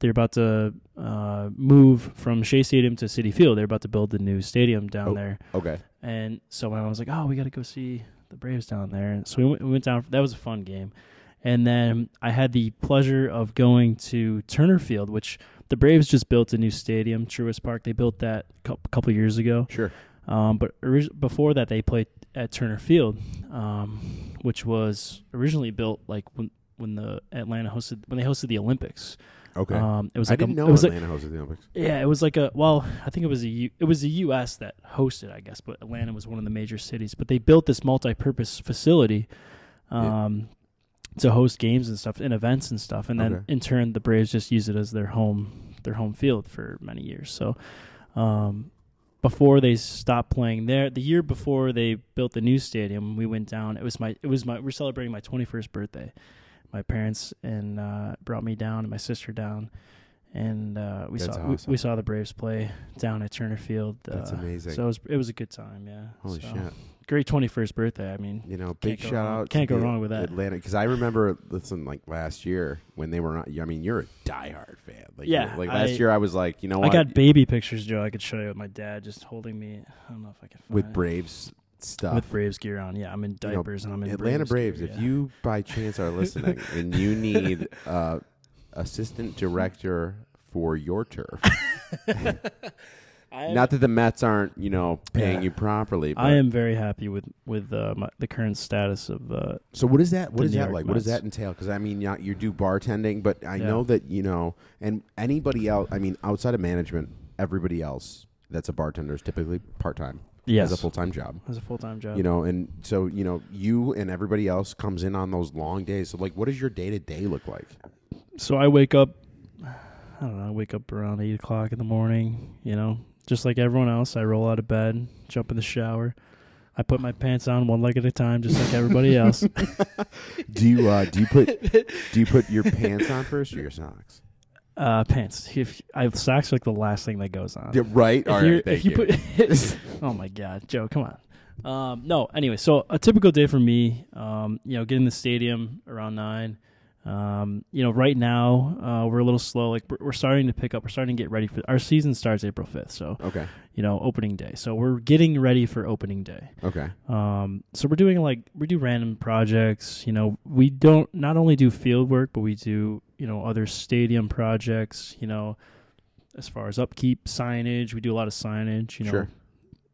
they were about to uh, move from Shea Stadium to City Field. They're about to build the new stadium down Oh. there. Okay. And so my mom was like, "Oh, we got to go see the Braves down there." And so we went, we went down. That was a fun game. And then I had the pleasure of going to Turner Field, which the Braves just built a new stadium, Truist Park. They built that a couple years ago. Sure. Um, but orig- before that, they played at Turner Field, um, which was originally built like when when the Atlanta hosted when they hosted the Olympics. Okay. Um, it was I like a- didn't know it was like- Atlanta hosted the Olympics. yeah, it was like a well, I think it was a U, it was the U.S. that hosted, I guess, but Atlanta was one of the major cities. But they built this multi-purpose facility Yeah. um, to host games and stuff and events and stuff, and then Okay. in turn the Braves just use it as their home their home field for many years. So um, before they stopped playing there, the year before they built the new stadium, we went down. It was my it was my we're celebrating my 21st birthday. My parents and uh, brought me down and my sister down. And uh, we That's saw we- awesome. we, saw the Braves play down at Turner Field. Uh, That's amazing. So it was it was a good time, yeah. Holy So, shit. Great twenty first birthday. I mean, You know, big go shout wrong- out. can't to go the wrong with that. Atlanta, because I remember, listen, like last year when they were not. I mean, you're a diehard fan. Like, you- Yeah, Like last I- year, I was like, you know I what? got baby pictures, Joe. I could show you with my dad just holding me. I don't know if I can find with it. Braves stuff. with Braves gear on. Yeah, I'm in know, diapers and I'm in Atlanta Braves. gear, if yeah. you by chance are listening and you need uh, assistant director for your turf, I am, not that the Mets aren't you know paying Yeah. you properly. But, I am very happy with with uh, my, the current status of uh, So what is that? the What is New that York like? What does Mets. that entail? Because I mean, yeah, you do bartending, but I Yeah. know that you know, and anybody else. I mean, outside of management, everybody else that's a bartender is typically part time. Yes. as a full time job. as a full time job. You know, and so you know, you and everybody else comes in on those long days. So, like, what does your day to day look like? so I wake up. I don't know. I wake up around eight o'clock in the morning. You know, just like everyone else, I roll out of bed, jump in the shower. I put my pants on one leg at a time, just like everybody else. Do you uh, do you put do you put your pants on first or your socks? Uh, pants. If I socks are like the last thing that goes on. Yeah, right. If, All you're- right. Thank if you, put, oh my god, Joe, come on. Um, no, anyway, so a typical day for me, um, you know, get in the stadium around nine. Um, you know, right now uh, we're a little slow. Like we're, we're starting to pick up. We're starting to get ready for our season starts April fifth. So okay. you know, opening day. So we're getting ready for opening day. Okay. Um, so we're doing like we do random projects. You know, we don't not only do field work, but we do you know other stadium projects. You know, as far as upkeep, signage. We do a lot of signage. You know, Sure.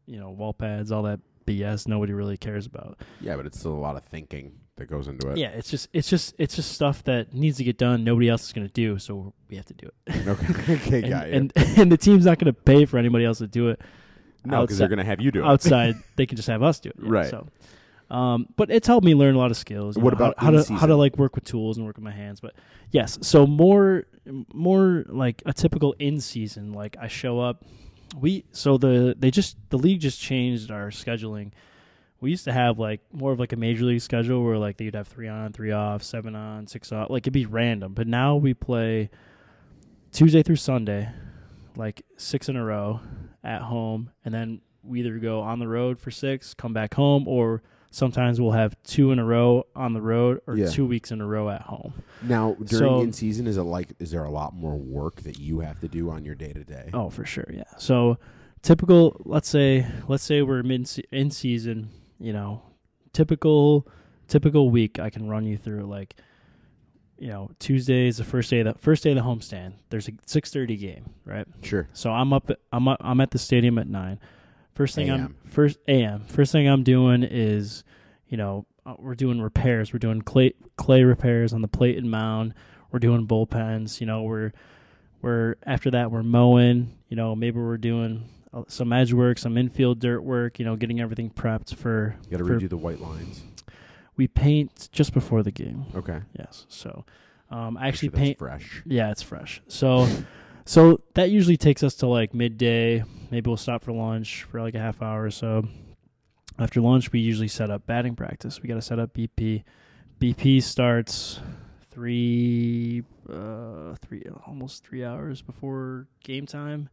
you know wall pads, all that BS. Nobody really cares about. Yeah, but it's still a lot of thinking that goes into it. yeah, it's just it's just it's just stuff that needs to get done. Nobody else is going to do, so we have to do it. Okay. okay. and, got you. and and the team's not going to pay for anybody else to do it. no, because they're gonna have you do it. outside they can just have us do it yeah. Right. so um, but it's helped me learn a lot of skills you What know, how- about how, in to how to season? like work with tools and work with my hands but yes so more more like a typical in season like i show up we so the they just the league just changed our scheduling we used to have like more of like a major league schedule where like you'd have three on three off seven on six off like it'd be random but now we play tuesday through sunday like six in a row at home, and then we either go on the road for six, come back home, or sometimes we'll have two in a row on the road or Yeah. two weeks in a row at home. Now during So- in season, is it like is there a lot more work that you have to do on your day to day? Oh, for sure, yeah. So typical. Let's say let's say we're mid in season. You know, typical typical week. I can run you through like. You know, Tuesday is the first day. Of the first day of the homestand. There's a six thirty game, right? Sure. So I'm up. I'm up, I'm at the stadium at nine. First thing AM. I'm first a.m. First thing I'm doing is, you know, uh, we're doing repairs. We're doing clay clay repairs on the plate and mound. We're doing bullpens. You know, we're we're after that we're mowing. You know, maybe we're doing uh, some edge work, some infield dirt work. You know, getting everything prepped for. You got to for- redo the white lines. we paint just before the game. Okay. Yes. So, um, I actually Sure, that's paint fresh. yeah, it's fresh. So, so that usually takes us to like midday. Maybe we'll stop for lunch for like a half hour or so. After lunch, we usually set up batting practice. We got to set up BP. BP starts three, uh, three almost three hours before game time.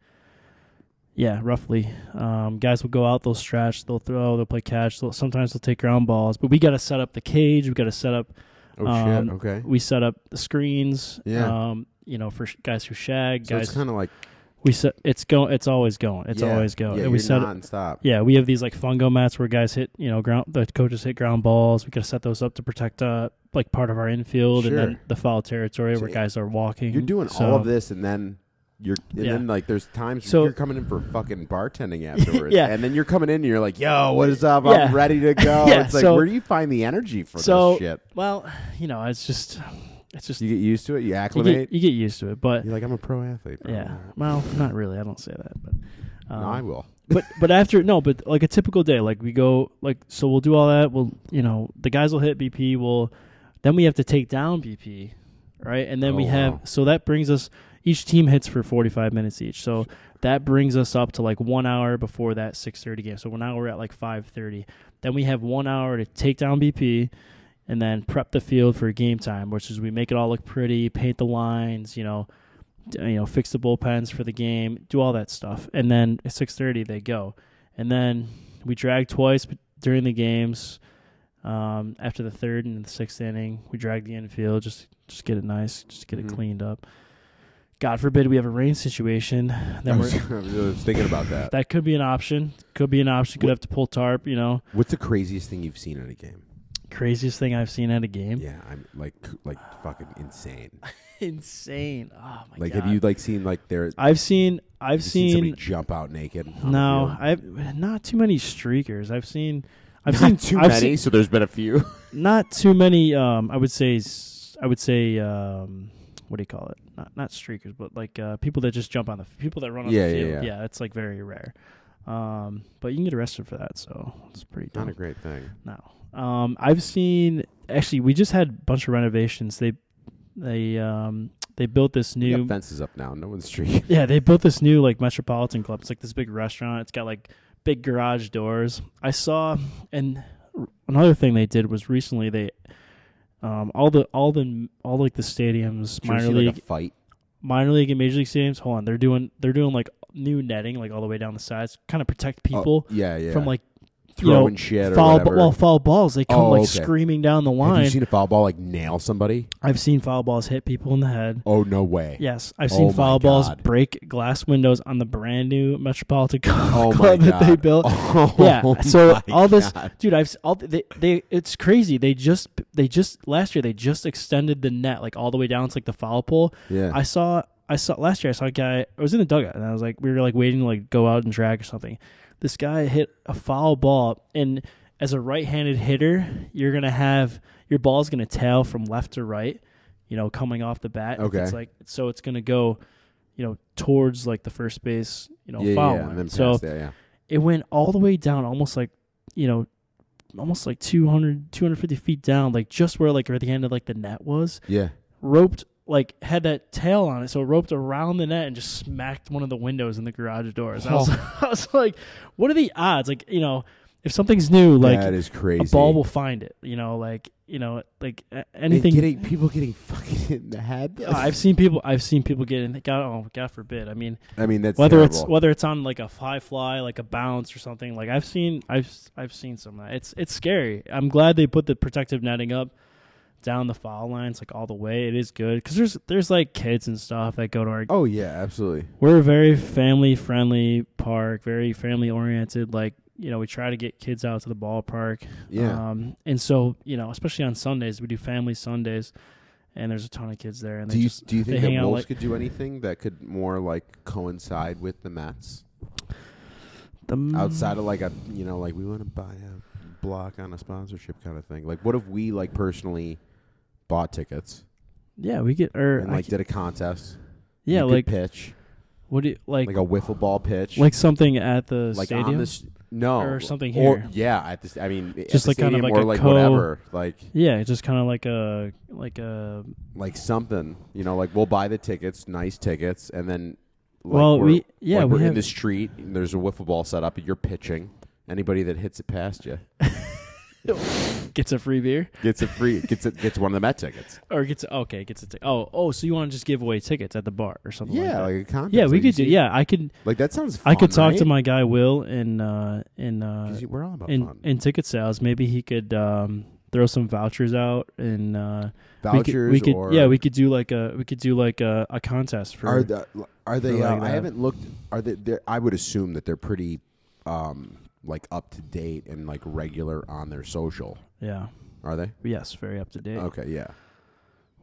Yeah, roughly. Um, guys will go out. They'll stretch. They'll throw. They'll play catch. They'll, sometimes they'll take ground balls. But we got to set up the cage. We got to set up Oh Um, shit. Okay. we set up the screens. Yeah. Um, you know, for sh- guys who shag, So guys. it's kind of like we set. It's going. It's always going. It's yeah, always going. Yeah, and we you're set. nonstop. Yeah, we have these like fungo mats where guys hit. You know, ground. The coaches hit ground balls. We gotta set those up to protect uh like part of our infield and then Sure. the foul territory So where y- guys are walking. You're doing So- all of this, and then you're, and Yeah. then like there's times So- you're coming in for fucking bartending afterwards, Yeah. and then you're coming in, and you're like, "Yo, what is up? Yeah. I'm ready to go." Yeah, It's like, so- where do you find the energy for So- this shit? Well, you know, it's just, it's just You you, get used to it. You get acclimate. you get used to it, but you're like, "I'm a pro athlete." Bro. yeah. Well, not really. I don't say that, but. Um, no, I will. but but after no, but like a typical day, like we go like so we'll do all that. We'll you know the guys will hit BP. We'll then we have to take down BP, right? And then Oh, we have wow. so that brings us each team hits for forty five minutes each. So that brings us up to like one hour before that six thirty game. So now we're at like five thirty. Then we have one hour to take down BP. And then prep the field for game time, which is we make it all look pretty, paint the lines, you know, d- you know, fix the bullpens for the game, do all that stuff, and then at six thirty they go, and then we drag twice b- during the games. Um, after the third and the sixth inning, we drag the infield just just get it nice, just get Mhm. it cleaned up. God forbid we have a rain situation, I then was, we're, I was thinking about that. that could be an option. Could be an option. Could have to pull tarp. You know, What's the craziest thing you've seen in a game? craziest thing I've seen at a game. Yeah, I'm like, like fucking insane. Insane. Oh my Like, god. have you like seen like there? I've seen. I've I've seen, seen. somebody jump out naked. on the No, field? I've not too many streakers. I've seen, I've Not too seen I've many. seen- so there's been a few. not too many. Um, I would say, s- I would say, um, what do you call it? Not not streakers, but like uh, people that just jump on the f- people that run on Yeah, the yeah, field. yeah. it's like very rare. Um, but you can get arrested for that, so it's pretty Not a dumb. great thing. No, um, I've seen actually. We just had a bunch of renovations. They they um they built this We new got fences up now. No one's streaking. yeah, they built this new like metropolitan club. It's like this big restaurant. It's got like big garage doors. I saw, and r- another thing they did was recently they, um, all the all the all like the stadiums, Did you ever minor see, league, like a fight. Oh, minor league and major league stadiums. Hold on, they're doing they're doing like new netting like all the way down the sides, kind of protect Oh, people yeah, yeah. from like throwing you shit know, or foul whatever. well foul balls. They come Oh, like okay. screaming down the Have line. you seen a foul ball like nail somebody? I've seen foul balls hit people in the head. Oh no way! Yes, I've Oh seen my foul balls God. break glass windows on the brand new Metropolitan Oh my Club god! that they built. Oh, yeah, so my all this, God. dude, I've s- all they, they it's crazy. They just they just last year they just extended the net like all the way down to like the foul pole. Yeah. I saw I saw last year I saw a guy I was in the dugout and I was like we were like waiting to like go out and drag or something. This guy hit a foul ball and as a right-handed hitter, you're gonna have your ball's gonna tail from left to right, you know, coming off the bat. If Okay. It's like so it's gonna go, you know, towards like the first base, you know, yeah, foul yeah, line. and then so past that, yeah. it went all the way down almost like you know almost like 200 250 feet down like just where like at the end of like the net was yeah, roped like had that tail on it so it roped around the net and just smacked one of the windows in the garage doors I, was, Oh. I was like what are the odds like you know if something's new that like is a crazy. ball will find it you know like you know like a- And anything Getting people getting fucking hit in the head. Uh, I've seen people. I've seen people get in. God, oh, God forbid. I mean, I mean, that's whether terrible. it's whether it's on like a high fly, like a bounce or something. Like I've seen, I've I've seen some of that. It's it's scary. I'm glad they put the protective netting up down the foul lines, like all the way. It is good because there's there's like kids and stuff that go to our. oh yeah, absolutely. We're a very family friendly park, very family oriented. Like you know, we try to get kids out to the ballpark. Yeah, Um, and so you know, especially on Sundays, we do family Sundays, and there's a ton of kids there. And do they you just, do you they think hang that out, Wolves like- could do anything that could more like coincide with the Mets the outside of like a you know like we want to buy a block on a sponsorship kind of thing? Like, what if we like personally bought tickets yeah, we get or and I like c- did a contest? yeah, You could like pitch what do you like? like a wiffle ball pitch, like something at the like stadium. on this no Or something here. yeah, at this I mean at Just the like kind of stadium or like a like co- whatever, like yeah, it's just kind of like a like a like something you know like we'll buy the tickets, nice tickets, and then like Well, we're, we- yeah, like we we're in have- the street and there's a wiffle ball set up and you're pitching. Anybody that hits it past you gets a free beer gets a free gets a, gets one of the Met tickets. or gets okay gets a ticket. Oh, oh, so you want to just give away tickets at the bar or something? like Yeah, that. like a contest. yeah, we Like, you could do. see- Yeah, I could. like that sounds. Fun, I could talk to right? my guy Will and uh and uh 'Cause you- We're all about and fun. and ticket sales. Maybe he could um throw some vouchers out and uh we could- Vouchers We could, or yeah, we could do like a we could do like a, a contest for. Are the are they? for uh, like I that. haven't looked. Are they? they're- I would assume that they're pretty, um, like up to date and like regular on their social. yeah. Are they? Yes, very up to date. Okay, yeah.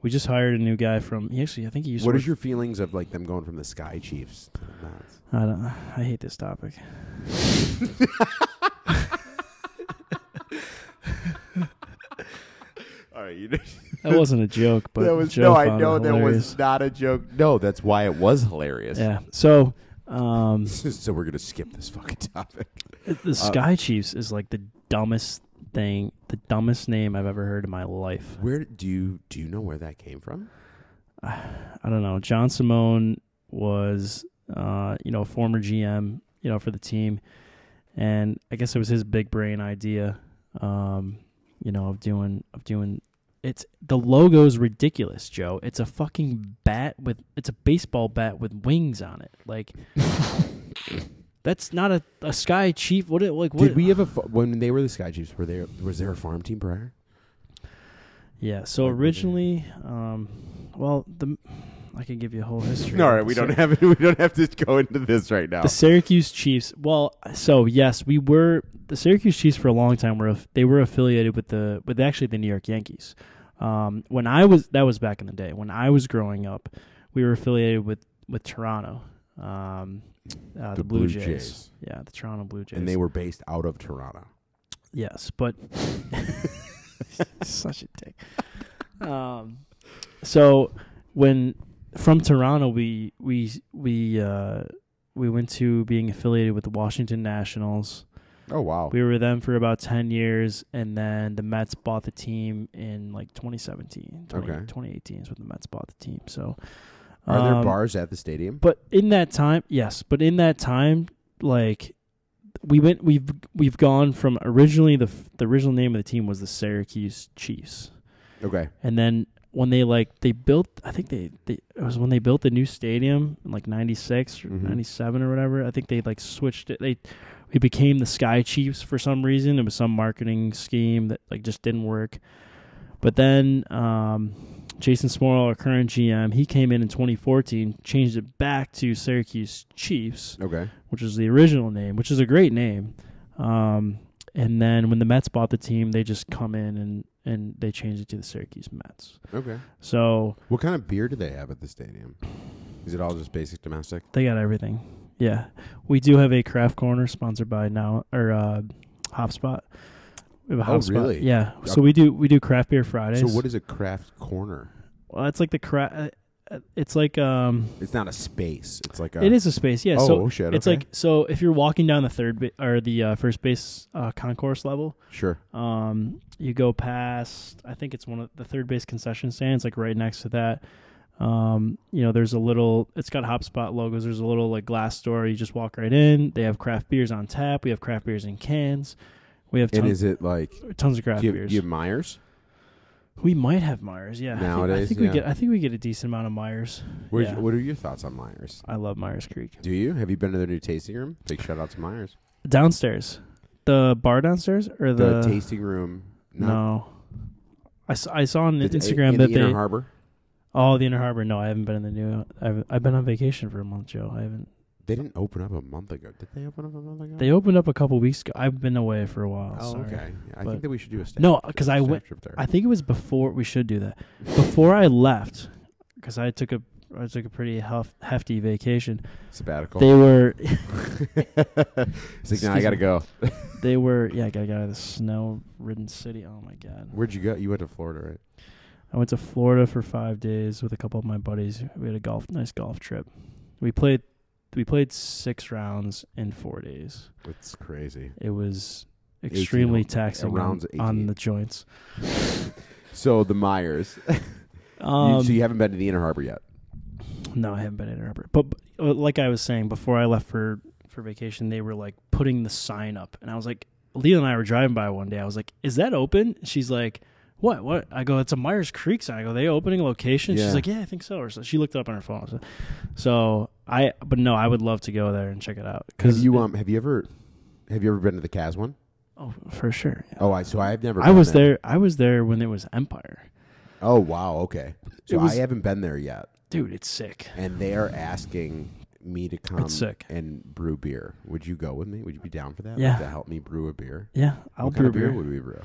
We just hired a new guy from. He actually, I think he used. What to is work- your feelings of like them going from the Sky Chiefs to the Mets? I don't. I hate this topic. All right, you That wasn't a joke, but that was Joe no. I found it know that hilarious. was not a joke. No, that's why it was hilarious. Yeah. So, um, so we're gonna skip this fucking topic. uh, the Sky Chiefs is like the dumbest thing, the dumbest name I've ever heard in my life. Where do you do you know where that came from? I don't know. John Simone was, uh, you know, a former GM, you know, for the team, and I guess it was his big brain idea, um, you know, of doing of doing. It's the logo's ridiculous, Joe. It's a fucking bat with it's a baseball bat with wings on it. Like that's not a, a sky chief. What it like? What Did we have a fa- when they were the Sky Chiefs? Were there was there a farm team prior? Yeah. So Like, within- originally, um, well, the I can give you a whole history. All of right, we the don't Syr- have we don't have to go into this right now. the Syracuse Chiefs. Well, so yes, we were the Syracuse Chiefs for a long time. Were aff- they were affiliated with the with actually the New York Yankees. Um, when I was that was back in the day when I was growing up, we were affiliated with with Toronto, um, uh, the, Blue, Jays. Yeah, the Toronto Blue Jays. and they were based out of Toronto. Yes, but such a dick. Um, so when from Toronto, we we we uh, we went to being affiliated with the Washington Nationals. Oh wow! We were with them for about ten years, and then the Mets bought the team in like 2017, 20, Okay. 2018 is when the Mets bought the team. So Are there um, bars at the stadium? but in that time, yes. But in that time, like we went, we've we've gone from originally the f- the original name of the team was the Syracuse Chiefs, Okay, and then when they like they built, I think they, they it was when they built the new stadium in like '96 or Mhm. '97 or whatever. I think they like switched it. They we became the Sky Chiefs for some reason. It was some marketing scheme that like just didn't work. But then um, Jason Smorl, our current GM, he came in in 2014, changed it back to Syracuse Chiefs, okay. which is the original name, which is a great name. Um, and then when the Mets bought the team, they just come in and and they changed it to the Syracuse Mets. Okay. So What kind of beer do they have at the stadium? Is it all just basic domestic? they got everything. Yeah, we do have a craft corner sponsored by now or uh, HopSpot. We have a Oh, HopSpot. really? Yeah. So we do we do craft beer Fridays. So what is a craft corner? Well, it's like the cra- uh, It's like um, It's not a space. It's like a. it is a space. Yeah. Oh, so shit. it's okay. like so if you're walking down the third ba- or the uh, first base uh, concourse level, sure. um, you go past. I think it's one of the third base concession stands, like right next to that. Um, you know, there's a little. It's got HopSpot logos. There's a little like glass door. You just walk right in. They have craft beers on tap. We have craft beers in cans. We have and is tons, it like tons of craft do you, beers. do you have Myers? we might have Myers. Yeah. I think- I Nowadays, think, yeah. we get. I think we get a decent amount of Myers. Where's- Yeah. What are your thoughts on Myers? I love Myers Creek. Do you have you been to their new tasting room? Big shout out to Myers. Downstairs, the bar downstairs or The, the, tasting room. No. I, s- I saw on The- Instagram in that the they Inner Harbor. oh the Inner Harbor. No, I haven't been in the new. I've I've been on vacation for a month, Joe. I haven't. They didn't open up a month ago. Did they open up a month ago? They opened up a couple weeks ago. I've been away for a while. Oh, sorry. okay. Yeah, I But- think that we should do a staff. No, trip- 'cause I staff went- trip there. I think it was before we should do that. Before I left, because I took a I took a pretty hef- hefty vacation. sabbatical. They were it's like, no, I Excuse gotta me. go. they were yeah. I got out of the snow ridden city. Oh my god. Where'd you go? You went to Florida, right? I went to Florida for five days with a couple of my buddies. We had a golf, nice golf trip. We played, we played six rounds in four days. It's crazy. It was 18 extremely rounds. taxing Rounds on, on 18. the joints. So the Myers. You- Um, so you haven't been to the Inner Harbor yet. uh, no, I haven't been in Ann Arbor, but, but like I was saying before, I left for for vacation, they were like putting the sign up, and I was like, Leah and I were driving by one day. I was like, "Is that open?" She's like, "What? What?" I go, "It's a Myers Creek sign." I go, "They opening a location?" Yeah. She's like, "Yeah, I think so." Or so she looked it up on her phone. So, so I, but no, I would love to go there and check it out Have because you um have you ever have you ever been to the Cas one? oh, for sure. yeah. Oh, I so I've never. I been was there. I was there when it was Empire, Oh wow, okay. So It was- I haven't been there yet, dude. It's sick. and they are asking me to come It's sick. and brew beer. Would you go with me? Would you be down for that? Yeah. To help me brew a beer. Yeah, I'll what brew kind of beer beer. would we brew?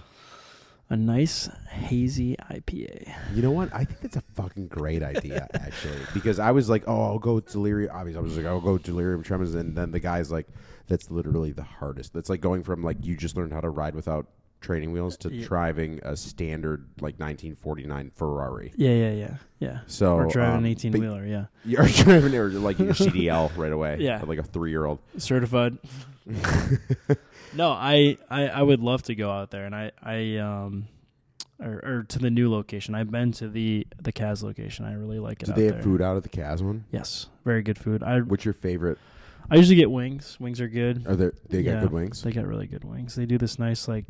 a nice hazy IPA. You know what? I think that's a fucking great idea, actually. Because I was like, oh, I'll go delirium. Obviously, I was like, I'll go delirium tremens. And then the guy's like, that's literally the hardest. That's like going from like you just learned how to ride without training wheels to Yeah. driving a standard like 1949 Ferrari. Yeah, yeah, yeah, yeah. So or driving um, an eighteen but wheeler. Yeah, You're driving or like your CDL right away. Yeah. but, like a three year old. certified. no, I, I I would love to go out there, and I I um. Or, or to the new location. I've been to the the Kaz location. I really like it. Do out they have there. food out of the Cas one? Yes, very good food. I What's your favorite? I usually get wings. Wings are good. Are there? They got Yeah. good wings. They got really good wings. They do this nice like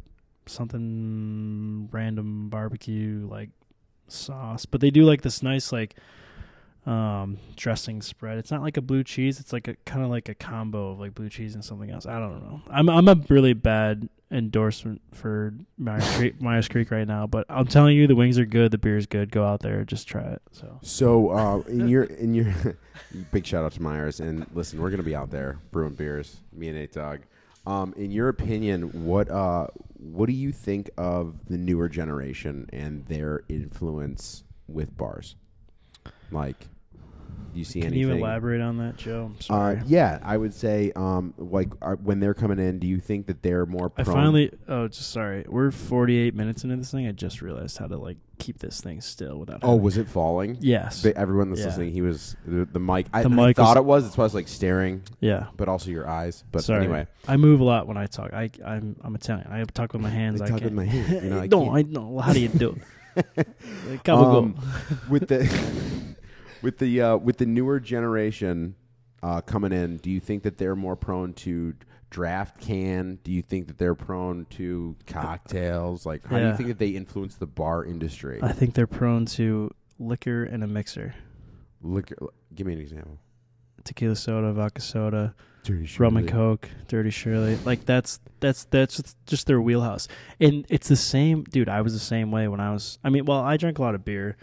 something random barbecue like sauce, but they do like this nice like um dressing spread. It's not like a blue cheese. It's like a kind of like a combo of like blue cheese and something else. I don't know. I'm I'm a really bad endorsement for Myers Creek, Myers Creek right now, but I'm telling you the wings are good, the beer's good. Go out there, just try it. So So uh, in your in your big shout out to Myers and listen, we're gonna be out there brewing beers, me and Nate Dog. Um, in your opinion, what uh, what do you think of the newer generation and their influence with bars? Like, do you see can anything? you elaborate on that, Joe? I'm Uh, sorry. yeah, I would say um, like are, when they're coming in, do you think that they're more? I Prone? finally. Oh, just sorry. We're 48 minutes into this thing. I just realized how to like keep this thing still without. Oh, having- was it falling? yes. But everyone that's Yeah. listening, he was the, the mic. I, The I mic thought it was- was. It's why I was like staring, yeah. but also your eyes. But sorry. anyway, I move a lot when I talk. I I'm I'm Italian. I talk with my hands. I I, talk can't. with my hands, you know, I no, can't. I no. How do you do? it? Come and Um, with the with the uh, with the newer generation uh, coming in, do you think that they're more prone to draft can? Do you think that they're prone to cocktails? Like, how do you Yeah. think that they influence the bar industry? go. I think they're prone to liquor and a mixer: Look, give me an example. tequila soda, vodka soda, rum and coke, dirty Shirley. Like that's that's that's just- just their wheelhouse. And it's the same, dude. I was the same way when I was. I mean, well, I drank a lot of beer,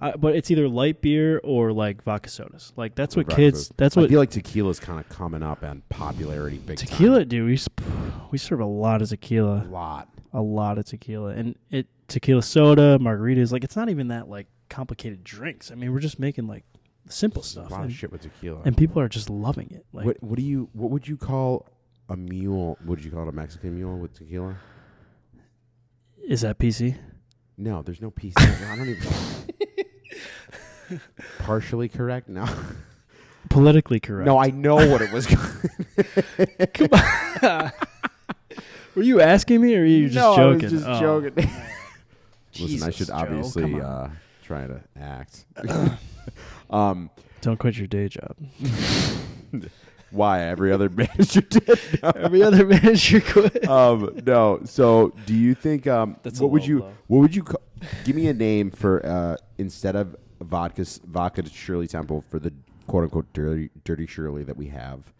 I, but it's either light beer or like vodka sodas. Like that's what Vodka kids. sodas. That's I what feel like tequila's kind of coming up on popularity big time. tequila, dude. We sp- we serve a lot of a tequila, lot. a lot of tequila, and it tequila soda, margaritas. Like it's not even that like complicated drinks. I mean, we're just making like simple A stuff, lot of and, shit with tequila. and people are just loving it. Like what what do you what would you call a mule? Would you call it a Mexican mule with tequila? is that PC? No, there's no piece. I don't even. Partially correct? No, Politically correct. no, I know what it was. Were you asking me, or were you just no, joking? I was just Oh. joking. Listen, I Jesus, should Joe, obviously come on. uh, try to act. um, Don't quit your day job. why every other manager did? No. Every other manager quit. um, no. So, do you think? Um, That's a what would low you? blow. What would you? Ca- give me a name for uh, instead of vodka, vodka to Shirley Temple for the quote unquote dirty, dirty Shirley that we have.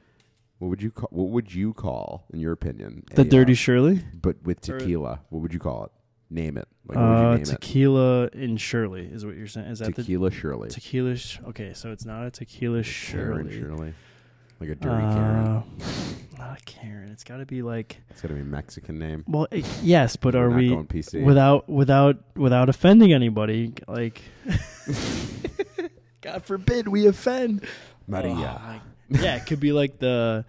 What would you call? What would you call, in your opinion, The a, Dirty uh, Shirley, but with tequila? What would you call it? Name it. Like what would uh, you name it? tequila and Shirley is what you're saying. Is that Tequila Shirley. the tequila? Sh- okay, so it's not a tequila Karen Shirley. Shirley. Like a dirty Karen. Uh, not a Karen. It's got to be like It's gotta be a Mexican name. well, it, yes, but We're are not we going PC. without without without offending anybody? Like, God forbid we offend. Maria. Oh, my- yeah, it could be like the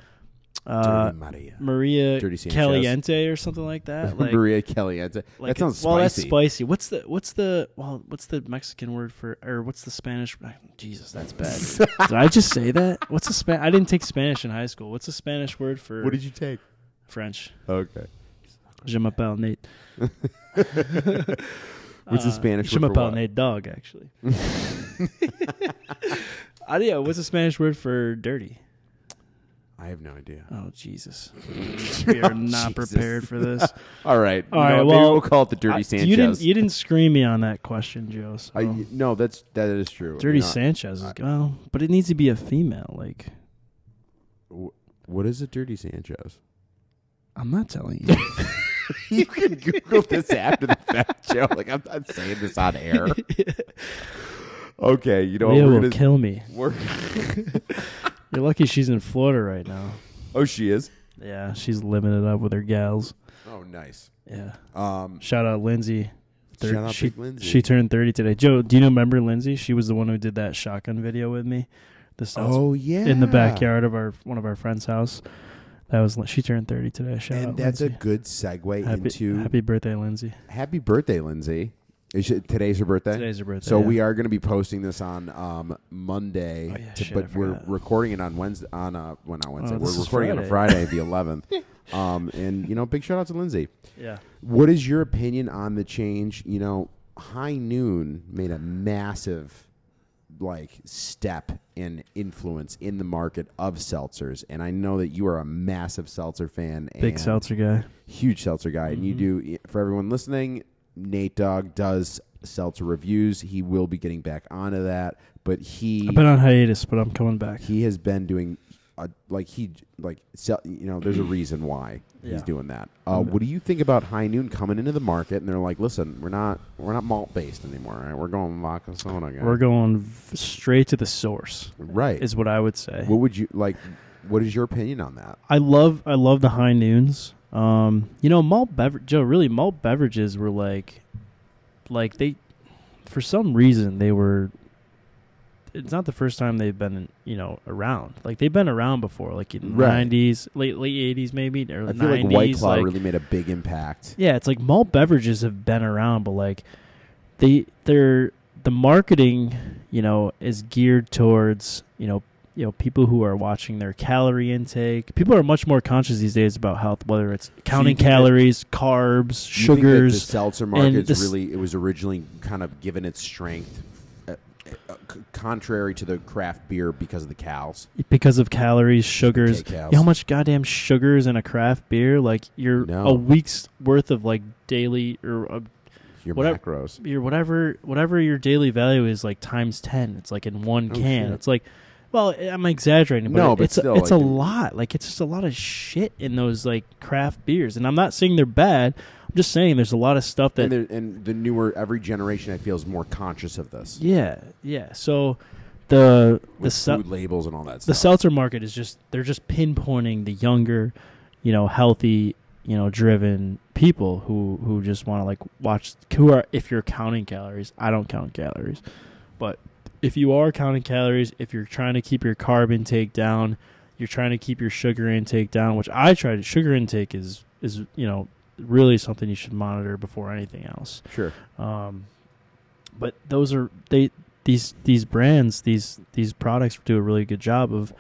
uh, dirty Maria. Maria Dirty Sanchez. Caliente or something like that. Like, Maria Caliente. like that sounds well, that's spicy. spicy. What's the what's the well what's the Mexican word for or what's the Spanish? Jesus, that's bad. Did I just say that? What's the Span? I didn't take Spanish in high school. What's the Spanish word for what did you take? French? Okay. Je m'appelle Nate. What's the Uh, Spanish Je word for m'appelle what? Nate Dog, actually. Uh, I don't know. What's the Spanish word for dirty? I I have no idea. Oh Jesus! we are not Jesus. prepared for this. All right. All You know right, what? Maybe well, we'll call it the Dirty I- Sanchez. You didn't. You didn't scream me on that question, Joe. So. I- y- no, that's that is true. Dirty You know, Sanchez is I- well, but it needs to be a female. Like wh- What is a Dirty Sanchez? I'm not telling you. you can Google this after the fact, Joe. Like I'm not saying this on air. okay, you know what Leah we're will gonna kill me. we're, You're lucky she's in Florida right now. Oh, she is. Yeah, she's living it up with her gals. Oh, nice. Yeah. Um, Shout out Lindsay. Thir- Shout out she, Big Lindsay. She turned 30 today. Joe, do you remember Lindsay? She was the one who did that shotgun video with me. The South oh yeah, in the backyard of our one of our friend's house. That was she turned 30 today. Shout And out that's a Lindsay. good segue happy, into happy, happy birthday, Lindsay. birthday, Lindsay. Is it- today's her birthday. Today's her birthday. so yeah. we are going to be posting this on um, Monday, Oh, yeah, to- shit, I but we're forgot. recording it on Wednesday. On uh, well, not Wednesday. Oh, this we're is recording it on Friday, the 11th. Um, and you know, big shout out to Lindsay. Yeah. What is your opinion on the change? You know, High Noon made a massive like step in influence in the market of seltzers, and I know that you are a massive seltzer fan, Big and seltzer guy. huge seltzer guy, and you Mm-hmm. do for everyone listening. Nate Dogg does seltzer reviews. He will be getting back onto that, but he I've been on hiatus, but I'm coming back. he has been doing uh like he like sell, you know there's a reason why Yeah. Mm-hmm. he's doing that uh, what do you think about high noon coming into the market and they're like listen we're not we're not malt based anymore all right we're going vodka soda guy. We're going v- straight to the source, right is what I would say. what would you like what is your opinion on that I love I love the high noons. Um, you know, malt beverage Joe, really malt beverages were like like they for some reason they were it's not the first time they've been, you know, around. Like they've been around before, like in the Right. 90s, late late 80s maybe, or i feel 90s like white claw like- really made a big impact yeah, it's like malt beverages have been around, but like they they're the marketing, you know, is geared towards, you know, you know, people who are watching their calorie intake. People are much more conscious these days about health, whether it's counting think that- calories, carbs, You think that the sugars. seltzer market this- is really it was originally kind of given its strength uh, uh, c- contrary to the craft beer because of the cows because of calories, sugars. You cows. know how much goddamn sugar is in a craft beer? Like you're No. a week's worth of like daily or a your Whatever- macros your whatever whatever your daily value is like times 10 it's like in one Oh, can shit. it's like well i'm exaggerating but, No, it- but it's still, a, it's like- a lot like it's just a lot of shit in those like craft beers and i'm not saying they're bad i'm just saying there's a lot of stuff that and, there- and the newer every generation I feel is more conscious of this. yeah yeah so the the with sel- food labels and all that the stuff. seltzer market is just they're just pinpointing the younger you know healthy you know driven people who who just want to like watch who are if you're counting calories i don't count calories but if you are counting calories if you're trying to keep your carb intake down you're trying to keep your sugar intake down which i try to sugar intake is is you know really something you should monitor before anything else sure. um, but those are they these these brands these these products do a really good job of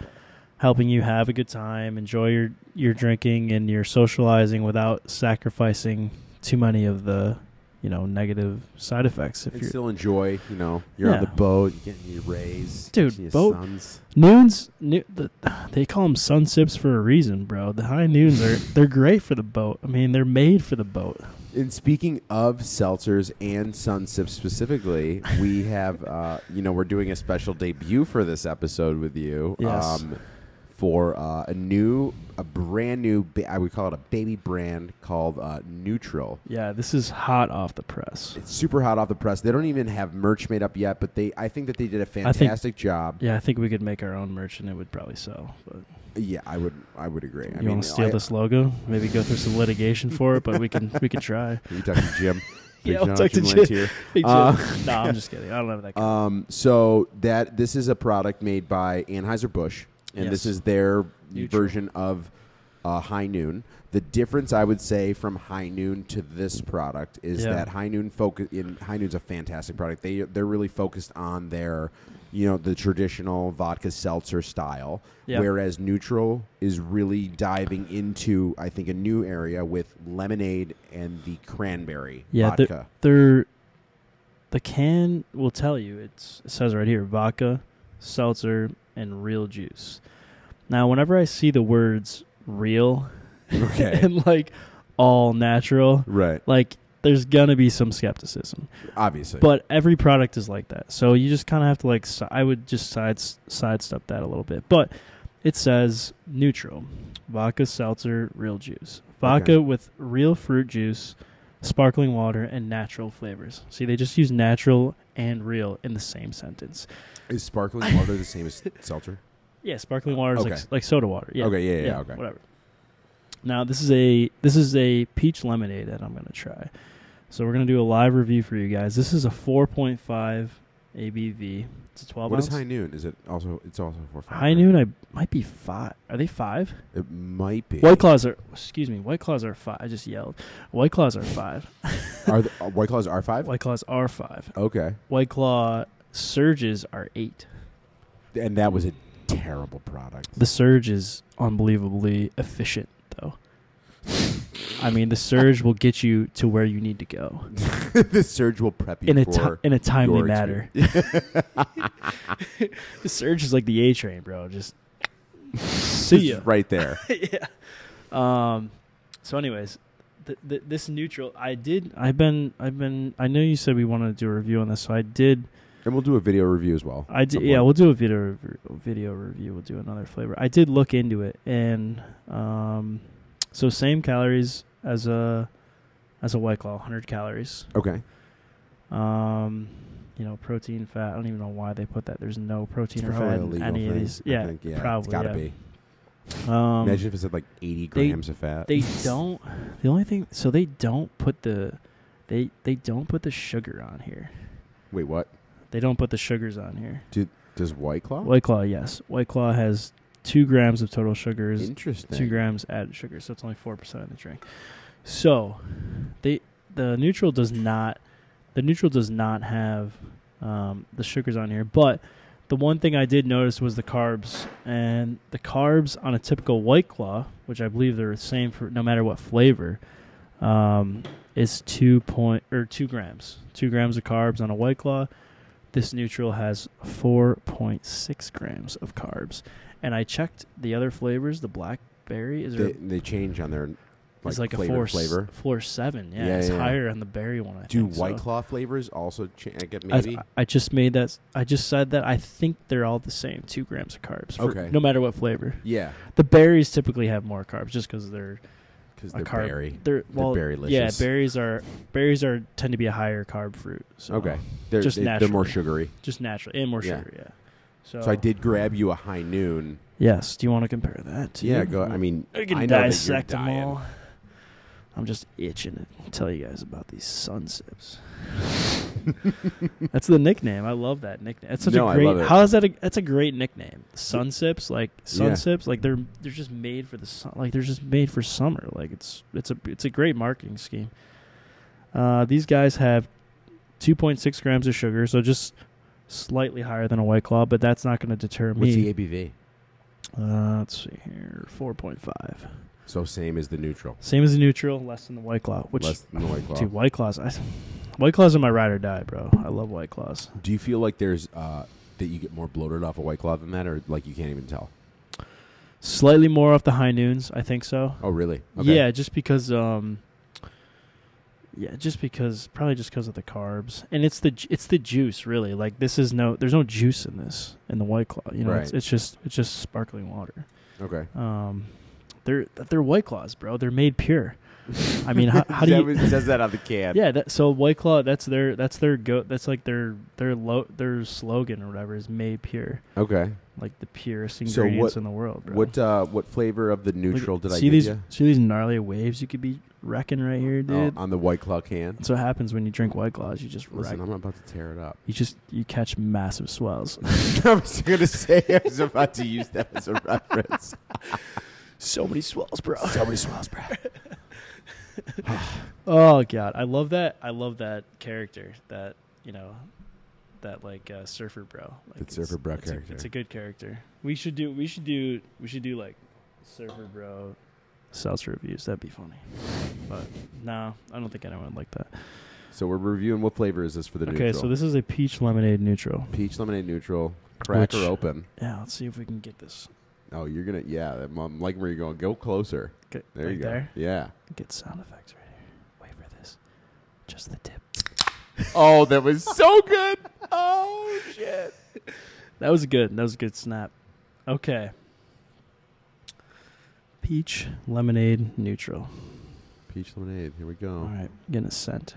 helping you have a good time, enjoy your your drinking and your socializing without sacrificing too many of the you know negative side effects. If And you're still enjoy, you know, you're on Yeah. the boat, you're getting your rays. Dude, see your boat- suns. noons, no, the, they call them sun sips for a reason, bro. The high noons are they're great for the boat. I mean, they're made for the boat. And speaking of seltzers and sunsips specifically, we have, uh, you know, we're doing a special debut for this episode with you. um, Yes. for uh, a new, a brand new, ba- I would call it a baby brand called uh, Neutral. Yeah, this is hot off the press. It's super hot off the press. They don't even have merch made up yet, but they, I think that they did a think- fantastic job. Yeah, I think we could make our own merch and it would probably sell. But Yeah, I would. I would agree. I you mean, want to steal I- this logo? Maybe go through some litigation for it, but we can we can try. You talk to Jim. Yeah, Big we'll shout out talk to Lentz Jim. here. no, I'm just kidding. I don't have that. Kind Um, so that this is a product made by Anheuser Busch, and this Yes. is their Neutral. version of uh, High Noon. The difference I would say from High Noon to this product is Yeah. that High Noon focus in High Noon's a fantastic product. They they're really focused on their you know the traditional vodka seltzer style, Yeah. whereas Neutral is really diving into I think a new area with lemonade and the cranberry yeah, vodka. they're, they're the can will tell you. It's, it says right here: vodka, seltzer, and real juice. Now, whenever I see the words real Okay. and like all natural, right. like there's gonna be some skepticism. Obviously. But every product is like that, so you just kind of have to like. si- I would just side sidestep that a little bit, but it says neutral vodka, seltzer, real juice, vodka Okay. with real fruit juice, sparkling water, and natural flavors. See, they just use natural and real in the same sentence. is sparkling water the same as seltzer? Yeah, sparkling water is Okay. like like soda water. Yeah. Okay, yeah, yeah, okay. Whatever. Now this is a this is a peach lemonade that I'm gonna try. So we're gonna do a live review for you guys. This is a 4.5 ABV. It's a 12 What is ounce. high noon? Is it also? It's also four five. High noon? uh, I might be five. Are they five? It might be. White claws are. Excuse me. White claws are five. I just yelled. White claws are five. Are the, uh, white claws are five? White claws are five. Okay. White claw surges are eight. And that was a terrible product. The surge is unbelievably efficient, though. I mean, the surge will get you to where you need to go the surge will prep you in a ti- for. in a timely your matter. the surge is like the A train, bro. Just see ya. right there. yeah. Um. So, anyways, th- th- this neutral, I did. I've been. I've been. I know you said we wanted to do a review on this, so I did. and we'll do a video review as well. I did, Some yeah, point. we'll do a video rev- video review. We'll do another flavor. I did look into it, and um, so same calories as a as a white claw, 100 calories. Okay. Um, you know, protein, fat. I don't even know why they put that. There's no protein It's or probably fat a in legal any of thing, these. I Yeah, think. yeah probably. It's gotta yeah. be. Um, Imagine if it said like 80 they- grams of fat. they don't. The only thing, so they don't put the they they don't put the sugar on here. Wait, what? They don't put the sugars on here. Does White Claw? White Claw, yes. White Claw has two grams of total sugars, Interesting. two grams added sugar, so it's only four percent in the drink. So, they the neutral does not the neutral does not have um, the sugars on here, but the one thing I did notice was the carbs, and the carbs on a typical White Claw, which I believe they're the same for no matter what flavor, um, is two point or two grams, two grams of carbs on a White Claw. This neutral has four point six grams of carbs, and I checked the other flavors. The blackberry is there, They, they change on their like, is like flavor, a four s- flavor. four seven. Yeah, Yeah, it's yeah, yeah. higher on the berry one. I Do think, White so. Claw flavors also change? I get I, maybe. I just made that. s- I just said that I think they're all the same, two grams of carbs. for- Okay. No matter what flavor, yeah, the berries typically have more carbs just because they're because a they're carb. berry. They're well, berry-licious. yeah. Berries are berries are tend to be a higher carb fruit. So okay, they're just they, they're more naturally. sugary. Just naturally and more Yeah. sugar. Yeah. So, So I did grab you a high noon. Yes. Do you want to compare that? To Yeah, go. I mean, I can I know dissect that them you're dying. all. I'm just itching to tell you guys about these sunsips. that's the nickname. I love that nickname. That's such No, a I great. love it. How is that? A, that's a great nickname. Sunsips, like Yeah. sunsips, like they're they're just made for the sun. Like they're just made for summer. Like it's it's a it's a great marketing scheme. Uh, these guys have 2.6 grams of sugar, so just slightly higher than a white claw, but that's not going to deter me. What's the ABV? Uh, let's see here, four point five. So same as the neutral. Same as a neutral, less than the white claw. Which Less than the White Claw. dude, white claws, I, white claws are my ride or die, bro. I love white claws. Do you feel like there's uh, that you get more bloated off a White Claw than that, or like you can't even tell? Slightly more off the high noons, I think so. Oh, really? Okay. Yeah, just because. Um, yeah, just because, probably just because of the carbs, and it's the ju- it's the juice really. Like this is no, there's no juice in this in the white claw. You know, it's, Right. it's just it's just sparkling water. Okay. Um, they're they're white claws, bro. They're made pure. I mean, how, how do you? It says that on the can. Yeah, that, so White Claw, that's their that's their go that's like their their lo, their slogan or whatever is made pure, Okay. like the purest So ingredients what- in the world. Bro. What uh, what flavor of the Look at- neutral did I see give these you? see these gnarly waves you could be wrecking right here, Oh, dude. on the White Claw can. that's what happens when you drink White Claws. You just wreck. Listen, I'm about to tear it up. You just you catch massive swells. I was going to say I was about to use that as a reference. so many swells, bro. Somebody swells, bro. Oh god, I love that. I love that character. That you know, that like uh, surfer bro. Like That surfer bro it's a- character. it's a good character. We should do. We should do. We should do like surfer bro seltzer reviews. That'd be funny. But no, I don't think anyone would like that. So we're reviewing what flavor is this for the okay, neutral? so this is a peach lemonade neutral. peach lemonade neutral. Crack Which- or open. Yeah, let's see if we can get this Oh, you're gonna. Yeah, I'm, I'm liking where you're going. Go closer. Get, There right you go. Yeah. Get sound effects right here. Wait for this. Just the tip. Oh, that was so good. Oh shit. That was good. That was a good snap. Okay. Peach, lemonade, neutral. Peach lemonade. Here we All go. right, getting a scent.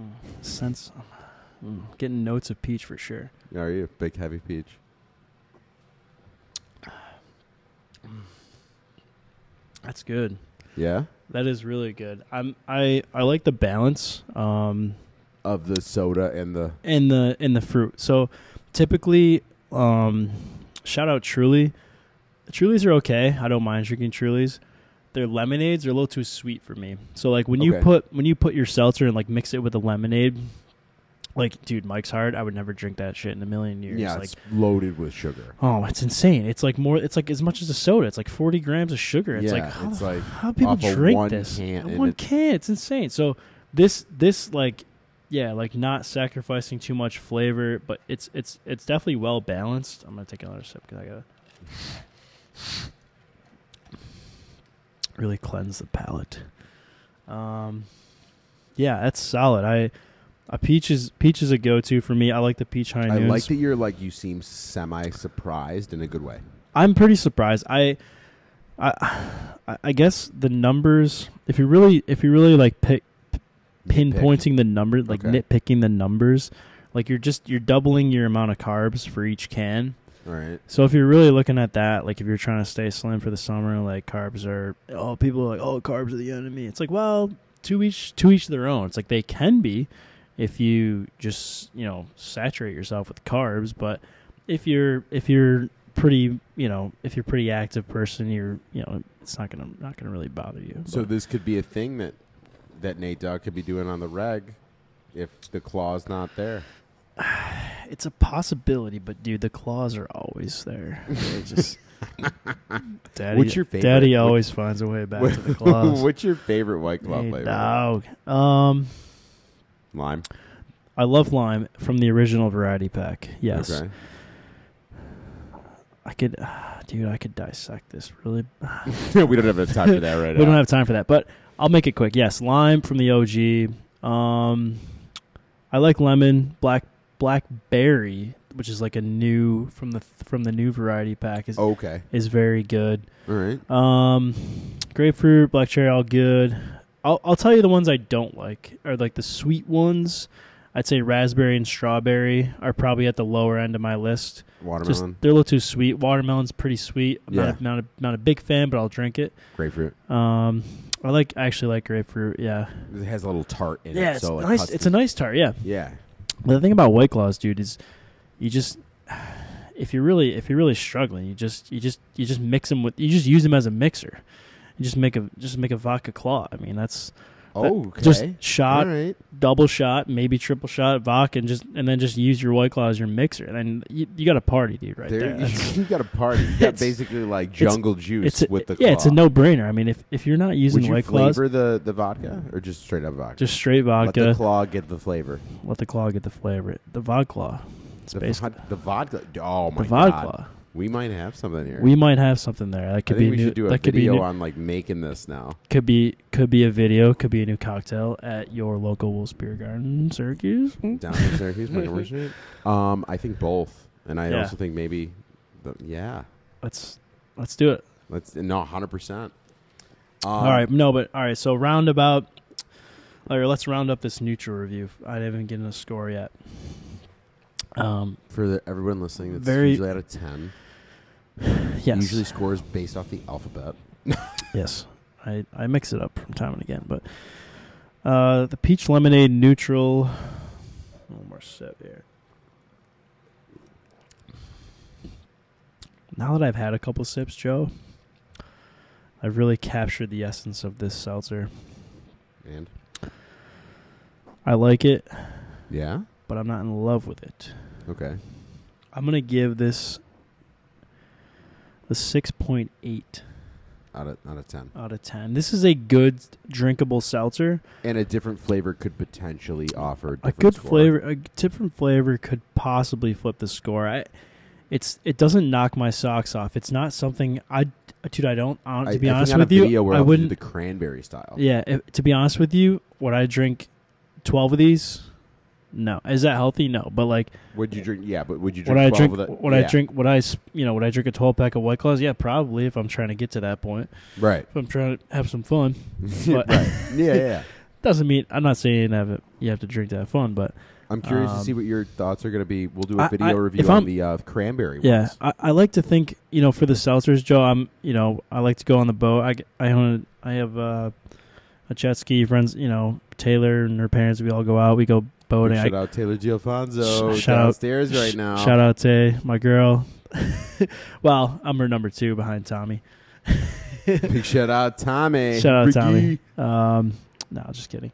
Mm, Scents. Mm, Getting notes of peach for sure. How are you? Big heavy peach. That's good. Yeah. That is really good. I'm I I like the balance um Of the soda and the in the in the fruit. So typically um shout out Truly. Trulies are okay. I don't mind drinking Trulies. Their lemonades are a little too sweet for me. So like when you Okay. put when you put your seltzer and like mix it with a lemonade like dude, Mike's hard. I would never drink that shit in a million years. yeah, like it's loaded with sugar. Oh, it's insane! It's like more. It's like as much as a soda. It's like forty grams of sugar. It's yeah, like how, it's like how do people off of drink one this? can, Uh, and one it's- can. It's insane. So this this like yeah like not sacrificing too much flavor, but it's it's it's definitely well balanced. I'm gonna take another sip because I gotta Oh. really cleanse the palate. Um, yeah, that's solid. I a peach is peach is a go to for me. I like the peach high I noons. like that you're like you seem semi surprised in a good way. I'm pretty surprised. I, I, I- I guess the numbers. If you really, if you really like pick pinpointing the number, like Okay. nitpicking the numbers, like you're just you're doubling your amount of carbs for each can. All right. So if you're really looking at that, like if you're trying to stay slim for the summer, like carbs are oh people are like oh carbs are the enemy. It's like well to each to each their own. It's like they can be if you just you know saturate yourself with carbs, but if you're if you're pretty you know if you're a pretty active person, you're you know it's not gonna not gonna really bother you. So But- this could be a thing that that Nate Dogg could be doing on the reg if the claw's not there. it's a possibility, but dude, the claws are always there. They just daddy, What's your favorite? Daddy What- always finds a way back to the claws. What's your favorite white claw Hey, flavor? dog. Um, Lime. I love lime from the original variety pack. Yes, Okay. I could, ah, dude. I could dissect this really. we don't have the time for that right we now. don't have time for that, but I'll make it quick. Yes, lime from the OG. Um, I like lemon, black blackberry, which is like a new from the from the new variety pack is okay. is very good. All right. Um, grapefruit, black cherry, all good. I'll I'll tell you the ones I don't like are like the sweet ones. I'd say raspberry and strawberry are probably at the lower end of my list. Just Watermelon, they're a little too sweet. Watermelon's pretty sweet. I'm Yeah. not, a, not a not a big fan, but I'll drink it. grapefruit. Um, I like I actually like grapefruit. Yeah, It has a little tart in yeah, it. it's so it nice. cuts It's the- a nice tart. Yeah, yeah. but the thing about White Claws, dude, is you just if you're really if you're really struggling, you just you just you just mix them with you just use them as a mixer. You just make a just make a vodka claw. I mean, that's that- Oh, okay. just shot, All right. double shot, maybe triple shot vodka, and just and then just use your White Claw as your mixer. And then you, you got a party, dude, right there. There, That's- you got a party. You got It's- basically like it's- jungle juice it's a, with the yeah, claw. it's a no brainer. I mean, if if you're not using Would you White Claws, flavor the, the vodka or just straight up vodka? just straight vodka, Let the claw get the flavor. let the claw get the flavor. The vodka claw, it's The, basically vod- the vodka. Oh my the vodka. god. claw. We might have something here. We might have something there. That I could think be we new, should do a that could be video new, on like making this now. could be could be a video, could be a new cocktail at your local Wolf's Beer Garden, Syracuse. Down in Syracuse, Montgomery Street. Um, I think both, and I Yeah. also think maybe, the, yeah. Let's let's do it. Let's no, hundred percent. Uh, Um, all right, no, but all right. So roundabout, or let's round up this neutral review. I haven't given a score yet. Um. for the, everyone listening, that's Very- usually out of ten. Yes. Usually scores based off the alphabet. Yes. I I mix it up from time and again, but uh, the peach lemonade neutral. One more sip here. Now that I've had a couple sips, Joe, I've really captured the essence of this seltzer. And I like it, yeah, but I'm not in love with it. okay, I'm gonna give this a 6.8 out of out of ten, out of 10. This is a good drinkable seltzer. and a different flavor could potentially offer a different good score. flavor a different flavor could possibly flip the score I, it's it doesn't knock my socks off. It's not something I, dude. I don't. I, I- Uh, to be I think honest on a with you, video we're I up to do wouldn't. the cranberry style. Yeah, if, to be honest with you, would I drink twelve of these? No. Is that healthy? No. But like, Would you drink? Yeah, but would you would drink? 12 I drink? of the- Would I yeah, drink? Would I? s- You know, would I drink a twelve pack of White Claws? Yeah, probably. If I'm trying to get to that point, Right. if I'm trying to have some fun, right. but Yeah, yeah. yeah. doesn't mean I'm not saying have it. You have to drink to have fun, but I'm curious to Um, see what your thoughts are going to be. We'll do I- a I- video review if on I'm- the uh, cranberry. yeah, ones. I, I like to think you know for the seltzers, Joe. I'm you know I like to go on the boat. I g- I own a, I have uh, a jet ski. Friends, you know Taylor and her parents. We all go out. We go boating. Oh, I Shout out Taylor Giofonzo Sh- shout out- downstairs right Sh- now. Shout out to my girl. well, I'm her number two behind Tommy. Big shout out Tommy. Shout out Ricky. Tommy. Um, no, just kidding.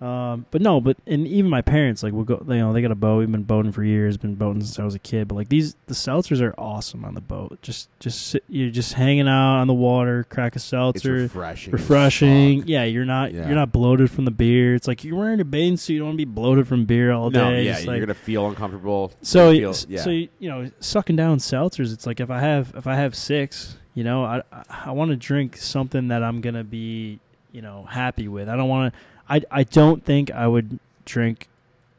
Um, but no, but and even my parents like will go. You know, they got a boat. We've been boating for years. Been boating since I was a kid. But like these, the seltzers are awesome on the boat. Just, just sit, you're just hanging out on the water, crack a It's seltzer, refreshing. as refreshing. fuck. Yeah, you're not Yeah. you're not bloated from the beer. It's like you're wearing a bathing suit. You don't want to be bloated from beer all No, day. yeah, It's you're like- gonna feel uncomfortable. so, You feel- s- yeah. so you you know, sucking down seltzers. It's like if I have if I have six, you know, I I, I want to drink something that I'm gonna be you know happy with. I don't want to. I I don't think I would drink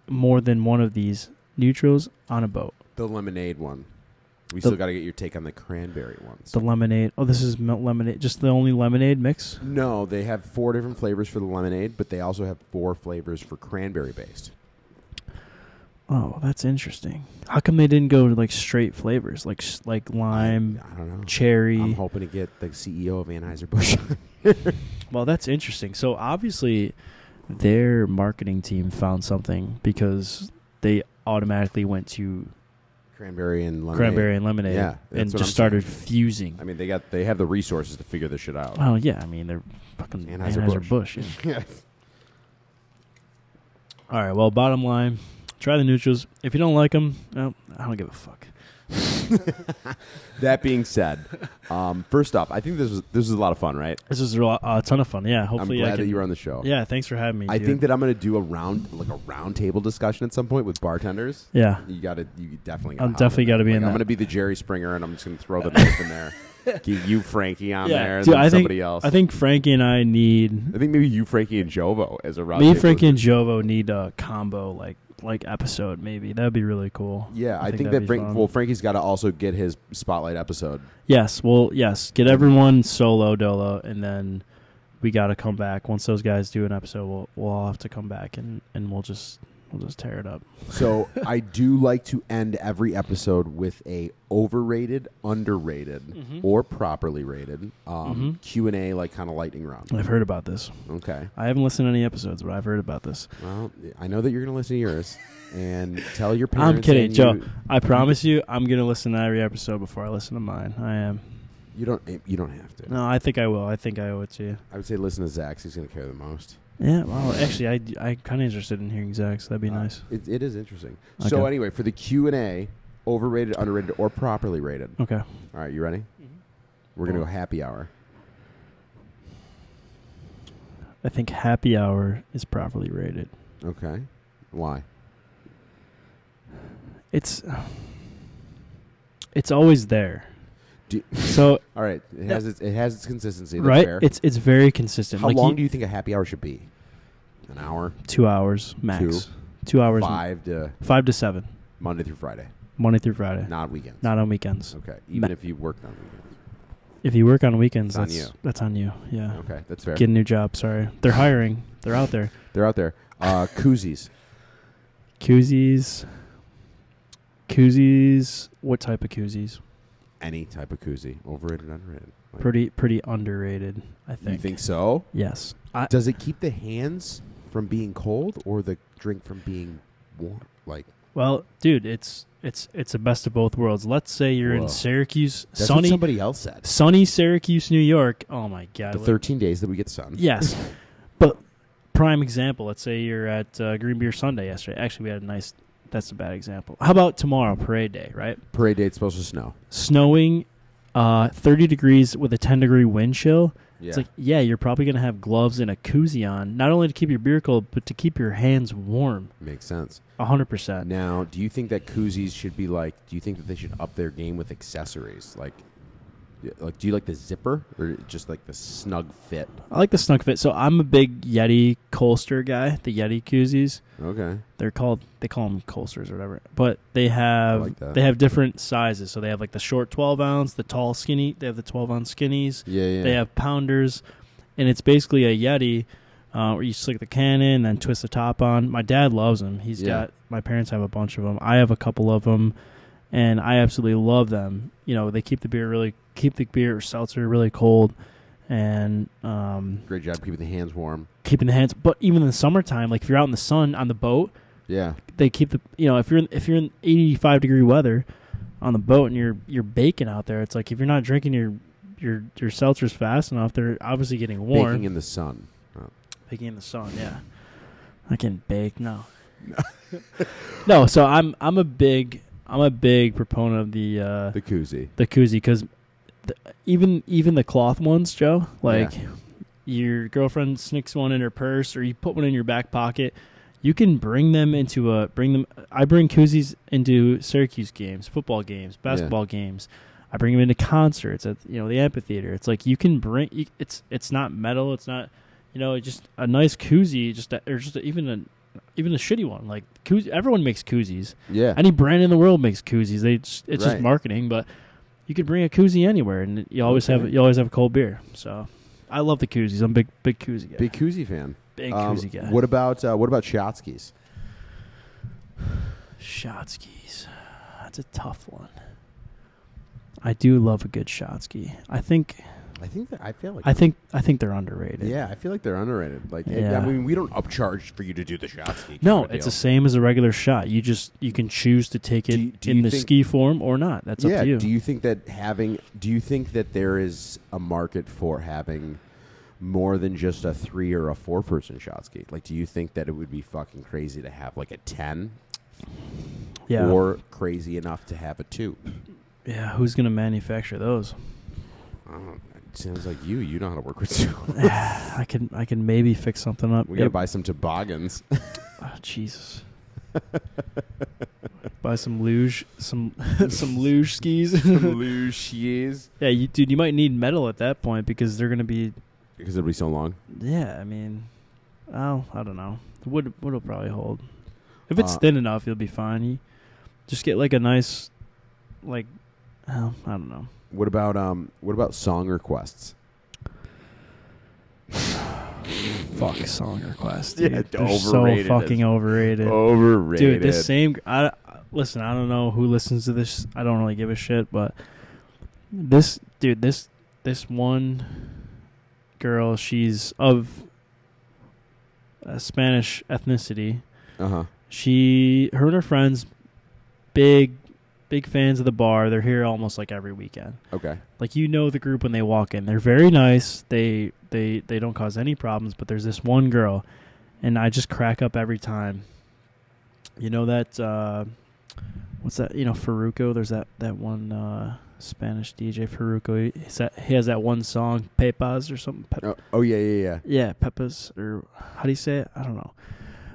more than one of these neutrals on a boat. The lemonade one. We The- still got to get your take on the cranberry ones. The lemonade. Oh, this is mel- lemonade. Just the only lemonade mix. no, they have four different flavors for the lemonade, but they also have four flavors for cranberry based. Oh, that's interesting. How come they didn't go to like straight flavors, like s- like lime, I, I don't know. cherry? I'm hoping to get the CEO of Anheuser Busch. Well, that's interesting. So obviously, their marketing team found something because they automatically went to cranberry and lemonade. cranberry and lemonade Yeah, that's and what just I'm started fusing. I mean, they got they have the resources to figure this shit out. Well, yeah, I mean they're fucking Anheuser Anheuser-Busch. Busch. yeah. yeah. All right. Well, bottom line, try the neutrals. If you don't like them, well, I don't give a fuck. That being said, um, first off, I think this was this was a lot of fun, right? This is a lo- a ton of fun. Yeah. Hopefully, I'm glad I can, that you were on the show. Yeah. Thanks for having me. I dude. think that I'm gonna do a round like a round table discussion at some point with bartenders. Yeah. You gotta you definitely I'm gotta hop definitely in there. gotta be Like, in I'm that. gonna be the Jerry Springer and I'm just gonna throw the knife in there. Give you Frankie on Yeah, there and dude, then I think- somebody else. I think Frankie and I need I think maybe you Frankie and Jovo as a round me, table. Frankie, and Jovo need a combo like like episode. Maybe that'd be really cool. Yeah, I, think, that'd that be Frank fun. well Frankie's gotta also get his spotlight episode. Yes, well, yes. Get everyone solo dolo, and then we got to come back once those guys do an episode. We'll we'll all have to come back and and we'll just we'll just tear it up. So I do like to end every episode with a overrated, underrated, or properly rated um, Q and A, like kind of lightning round. I've heard about this. Okay. I haven't listened to any episodes, but I've heard about this. Well, I know that you're going to listen to yours and tell your parents. I'm kidding, and Joe. You, I promise you, I'm gonna listen to every episode before I listen to mine. I am. you don't. eh, You don't have to. No, I think I will. I think I owe it to you. I would say listen to Zach's. He's going to care the most. Yeah. Well, actually, I I kind of interested in hearing Zach's. That'd be Uh, nice. It, it is interesting. So Okay. anyway, for the Q and A, overrated, underrated, or properly rated. Okay. All right, you ready? We're Oh. going to go happy hour. I think Happy Hour is properly rated. Okay. Why? It's it's always there. Do- So All right. It has its, it has its consistency. That's right, fair. it's it's very consistent. How like long you- do you think a happy hour should be? An hour, two hours max. Two. Two, hours, five to five to seven, Monday through Friday, Monday through Friday, not weekends. not on weekends. okay, even Ma- if you worked on weekends. If you work on weekends, It's on that's you. that's on you. Yeah, Okay, that's fair. get a new job. Sorry, they're hiring. They're out there. They're out there. Uh, koozies. Koozies, koozies. What type of koozies? Any type of koozie, overrated, underrated. Like, Pretty pretty underrated. I think. You think so? Yes. I, Does it keep the hands from being cold or the drink from being warm? Like well, dude, it's it's it's the best of both worlds. Let's say you're Whoa. in Syracuse, that's what sunny somebody else said. sunny Syracuse, New York. Oh my god. The what- 13 days that we get sun. Yes, but prime example. Let's say you're at uh, Green Beer Sunday yesterday. Actually, we had a nice. That's a bad example. How about tomorrow, parade day? Right, Parade date's supposed to snow. snowing, uh, thirty degrees with a ten degree wind chill. Yeah. It's like, yeah, you're probably going to have gloves and a koozie on, not only to keep your beer cold, but to keep your hands warm. Makes sense. 100%. Now, do you think that koozies should be like? Do you think that they should up their game with accessories? Like, y- like do you like the zipper or just like the snug fit? I like the snug fit. So I'm a big Yeti Colster guy, the Yeti koozies. Okay. They're called they call them Colsters or whatever. But they I have like that. they have different sizes. So they have like the short 12 ounce, the tall skinny, they have the 12 ounce skinnies. Yeah, yeah. They have pounders, and it's basically a Yeti uh, where you stick the can in and then twist the top on. My dad loves them. He's Yeah. got my parents have a bunch of them. I have a couple of them, and I absolutely love them. You know, they keep the beer really keep the beer or seltzer really cold, and um, great job keeping the hands warm. keeping the hands. But even in the summertime, like if you're out in the sun on the boat, Yeah. they keep the you know if you're in, if you're in 85 degree weather on the boat and you're you're baking out there it's like if you're not drinking your your your seltzers fast enough they're obviously getting warm Baking in the sun. Baking in the sun, yeah. I can bake no. no, so I'm I'm a big I'm a big proponent of the uh, The koozie. the koozie because even even the cloth ones, Joe. Like your girlfriend snicks one in her purse, or you put one in your back pocket. You can bring them into a bring them. I bring koozies into Syracuse games, football games, basketball games. I bring them into concerts at you know the amphitheater. It's like you can bring. you- It's it's not metal. It's not you know it's just a nice koozie. Just a, or just a, even a even a shitty one. Like koozie, everyone makes koozies. Yeah. Any brand in the world makes koozies. They just, it's Right. just marketing, but you could bring a koozie anywhere, and you always have Okay. you always have a cold beer. So I love the koozies. I'm a big big koozie guy. Big koozie fan. big Um, koozie guy. What about uh, what about Shotskis? shot skis? That's a tough one. I do love a good shot ski. I think I think that I feel like I think I think they're underrated. yeah, I feel like they're underrated. Like I- I Yeah. mean, we don't upcharge for you to do the Shotski. No, it's the same as a regular shot. You just you can choose to take it Do you- do in you the think- ski form or not. That's yeah. up to you. Do you think that having? Do you think that there is a market for having more than just a three or a four person Shotski? Like, do you think that it would be fucking crazy to have like a ten yeah. or crazy enough to have a two? yeah, who's going to manufacture those? I don't know. It sounds like you. You know how to work with two. I can I can maybe fix something up. we gotta It- buy some toboggans. Oh, Jesus. Buy some luge, some some luge skis. yeah, you, dude, you might need metal at that point because they're gonna be. because it'll be so long. Yeah, I mean, oh, I don't know. The wood wood will probably hold. If it's Uh, thin enough, you'll be fine. You just get like a nice, like, oh, I don't know. What about um? What about song requests? Fuck song request. Yeah, Dude. they're they're so overrated fucking as- overrated. Overrated. Dude, this same. I listen. I don't know who listens to this. I don't really give a shit. But this dude, this this one girl, she's of uh, Spanish ethnicity. Uh huh. She, her and her friends, big, big fans of the bar. They're here almost like every weekend. Okay. Like you know the group when they walk in. They're very nice. They they they don't cause any problems, but there's this one girl and I just crack up every time. You know that uh what's that, you know Faruco, there's that that one uh Spanish DJ Faruco. He, he's that- he has that one song Pepas or something. Pep- Oh, oh yeah, yeah, yeah. yeah, Pepas or how do you say it? I don't know.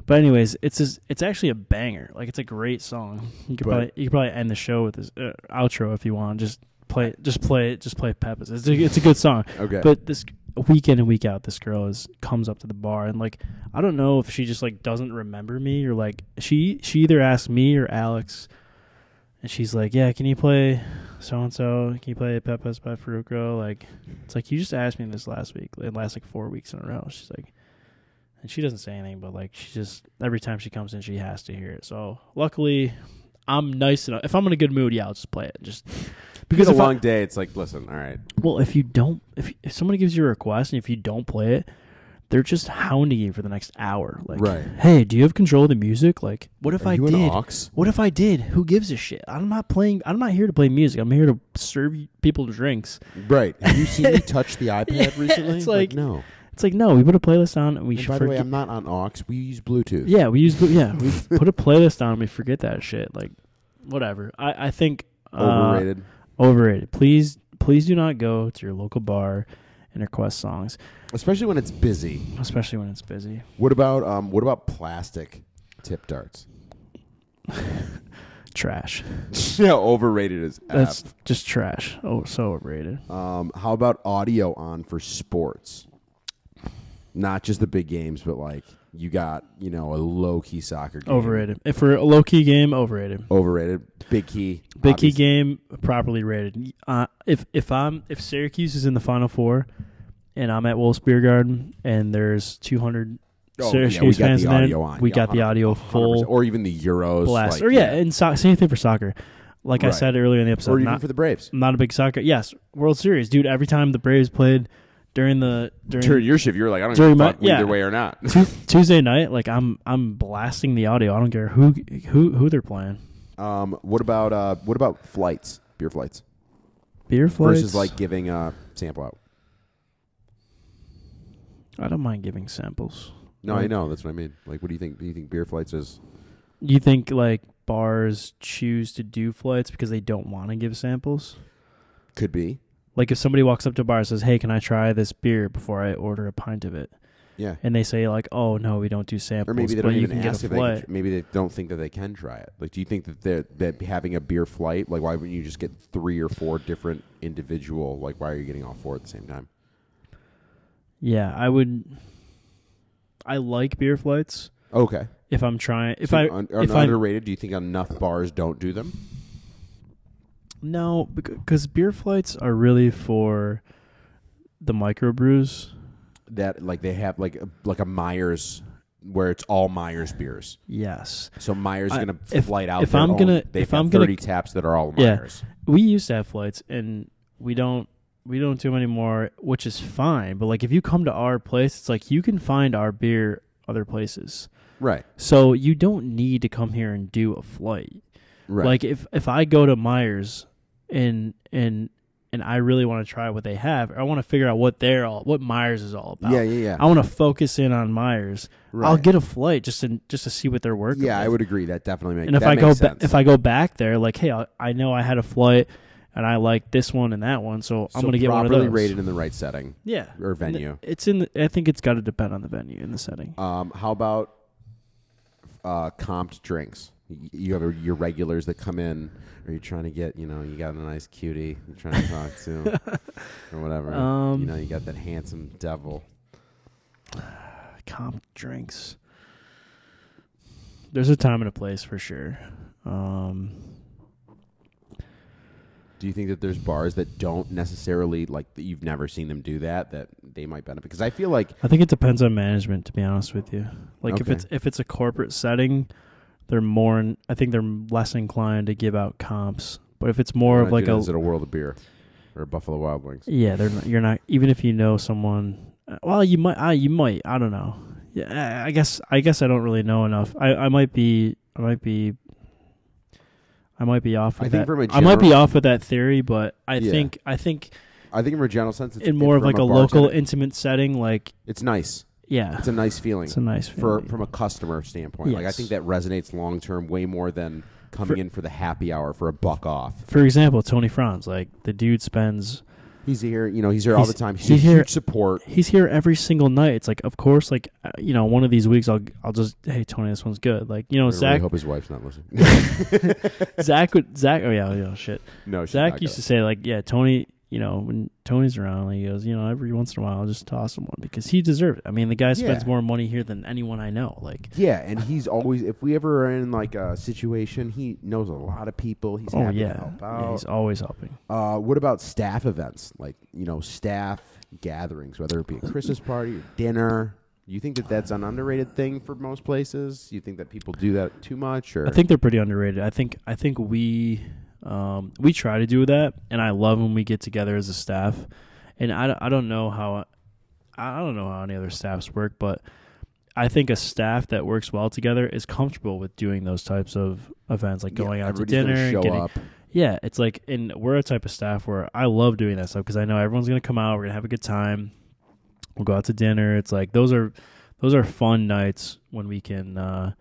But anyways, it's just, it's actually a banger. Like it's a great song. You could But- probably you could probably end the show with this uh, outro if you want. Just play it. Just play it. Just play Pepas. It's a, it's a good song. Okay. But this week in and week out, this girl is comes up to the bar and like I don't know if she just like doesn't remember me or like she she either asked me or Alex, and she's like, yeah, can you play so and so? Can you play Pepas by Faruko? Like it's like you just asked me this last week, and last like four weeks in a row. She's like, and she doesn't say anything, but like she just every time she comes in, she has to hear it. So luckily, I'm nice enough. If I'm in a good mood, yeah, I'll just play it. Just because because a if I- long day, it's like, listen, all right. well, if you don't, if if somebody gives you a request and if you don't play it, they're just hounding you for the next hour. Like, Right. hey, do you have control of the music? Like, what if I you did? an ox? What if I did? Who gives a shit? I'm not playing. I'm not here to play music. I'm here to serve you- people drinks. Right. Have you seen me touch the iPad recently? it's like- no. It's like no, we put a playlist on and we And should by the way, forget- I'm not on aux. We use Bluetooth. Yeah, we use yeah, we put a playlist on and we forget that shit. Like, whatever. I I think uh, Overrated. Overrated. Please, please do not go to your local bar and request songs, especially when it's busy. especially when it's busy. What about um? What about plastic tip darts? Trash. yeah, overrated as That's f. just trash. Oh, so overrated. Um, how about audio on for sports? Not just the big games, but like you got you know a low key soccer game. Overrated. If we're a low key game, overrated. Overrated. Big key. Big key obvious- game properly rated. Uh, if if I'm if Syracuse is in the Final Four, and I'm at Wolf's Beer Garden, and there's 200 Oh, Syracuse yeah, we got fans the in there, audio on. we Yeah, got the 100%. audio 100%. full or even the Euros. blast. like, or yeah, and so- same thing for soccer. Like I Right. said earlier in the episode, or even not, for the Braves. I'm not a big soccer. Yes, World Series, dude. Every time the Braves played during the during During your shift, you were like, I don't During give my- a fuck either yeah. way or not. Tu- Tuesday night, like I'm I'm blasting the audio. I don't care who who who they're playing. um, what about uh, what about flights? Beer flights Beer flights versus like giving a sample out. I don't mind giving samples. No, I Like- know that's what I mean. Like, what do you think? Do you think beer flights is? You think like bars choose to do flights because they don't want to give samples? Could be. Like if somebody walks up to a bar and says, "Hey, can I try this beer before I order a pint of it?" Yeah. and they say like, "Oh no, we don't do samples," Or maybe they but don't you even can ask get if a they can, flight. tr- maybe they don't think that they can try it. Like, do you think that they're- that having a beer flight, like, why wouldn't you just get three or four different individual? Like, why are you getting all four at the same time? yeah, I would. I like beer flights Okay. if I'm trying. If So I un- if I underrated, do you think enough bars don't do them? No, because beer flights are really for the microbrews. That like they have like a, like a Myers where it's all Myers beers. Yes, So Myers I- is going to if- flight out. if their I'm own- gonna- they've if got I'm gonna- 30 taps that are all Yeah. Myers. we used to have flights, and we don't we don't do them anymore, which is fine. But like, if you come to our place, it's like you can find our beer other places. Right. So you don't need to come here and do a flight. Right. Like if if I go to Myers and and and I really want to try what they have, or I want to figure out what they're all what Myers is all about. yeah, yeah, I yeah. want to focus in on Myers. I'll Right. get a flight just to just to see what they're working. Yeah, I with. would agree. That definitely makes. And if that I go makes ba- sense. if I go back there, like, hey, I, I know I had a flight, and I like this one and that one, so, So I'm gonna get one of properly those. rated in the right setting. yeah, or venue. It's in. The, I think it's got to depend on the venue and the setting. Um, how about uh, comped drinks? Y- You have your regulars that come in, or you're trying to get, you know, you got a nice cutie you're trying to talk to, or whatever. Um, you know, you got that handsome devil. Comp drinks. There's a time and a place for sure. Um, Do you think that there's bars that don't necessarily like that you've never seen them do that that they might benefit? Because I feel like I think it depends on management, to be honest with you. Like if Okay. it's if it's a corporate setting, they're more. In, I think they're less inclined to give out comps. But if it's more when of I like do that, a is it a world of beer or Buffalo Wild Wings? Yeah, they're not, you're not even if you know someone. uh, Well, you might. I you might. I don't know. Yeah, I- I guess. I guess I don't really know enough. I, I might be. I might be. I might be off. I With think that. from a I might be general- off with that theory, but I Yeah. think. I think I think in a general sense, it's in more of from like a, local, bartender- intimate setting, like it's nice. yeah, It's a nice feeling. it's a nice for feeling. from a customer standpoint. Like I Yes. think that resonates long term way more than coming For- in for the happy hour for a buck off. For example, Tony Franz, like the dude spends. He's here, you know, he's here all He's- the time. He's, he's a huge here- support. He's here every single night. It's like, of course, like uh, you know, one of these weeks I'll I'll just hey Tony, this one's good. Like you know, I really Zach hope his wife's not listening. Zach would Zach. Oh yeah, yeah, shit. no, she's Zach not used to gonna. say like, yeah, Tony. You know, when Tony's around, he goes, you know, every once in a while, I'll just toss him one because he deserved it. I mean, the guy spends Yeah. more money here than anyone I know. Like, Yeah, and he's always if we ever are in like a situation, he knows a lot of people. He's oh happy to yeah, help yeah, out. he's always helping. uh, what about staff events? Like you know, staff gatherings, whether it be a Christmas party or dinner. You think that that's an underrated thing for most places? You think that people do that too much, or I think they're pretty underrated. I think I think we um, we try to do that, and I love when we get together as a staff. And I, don't- I don't know how I don't know how any other staffs work, but I think a staff that works well together is comfortable with doing those types of events, like Yeah, going out to everybody's gonna dinner, and show getting, up? Yeah, it's like, and we're a type of staff where I love doing that stuff because I know everyone's gonna come out. We're gonna have a good time. We'll go out to dinner. It's like those are those are fun nights when we can, uh,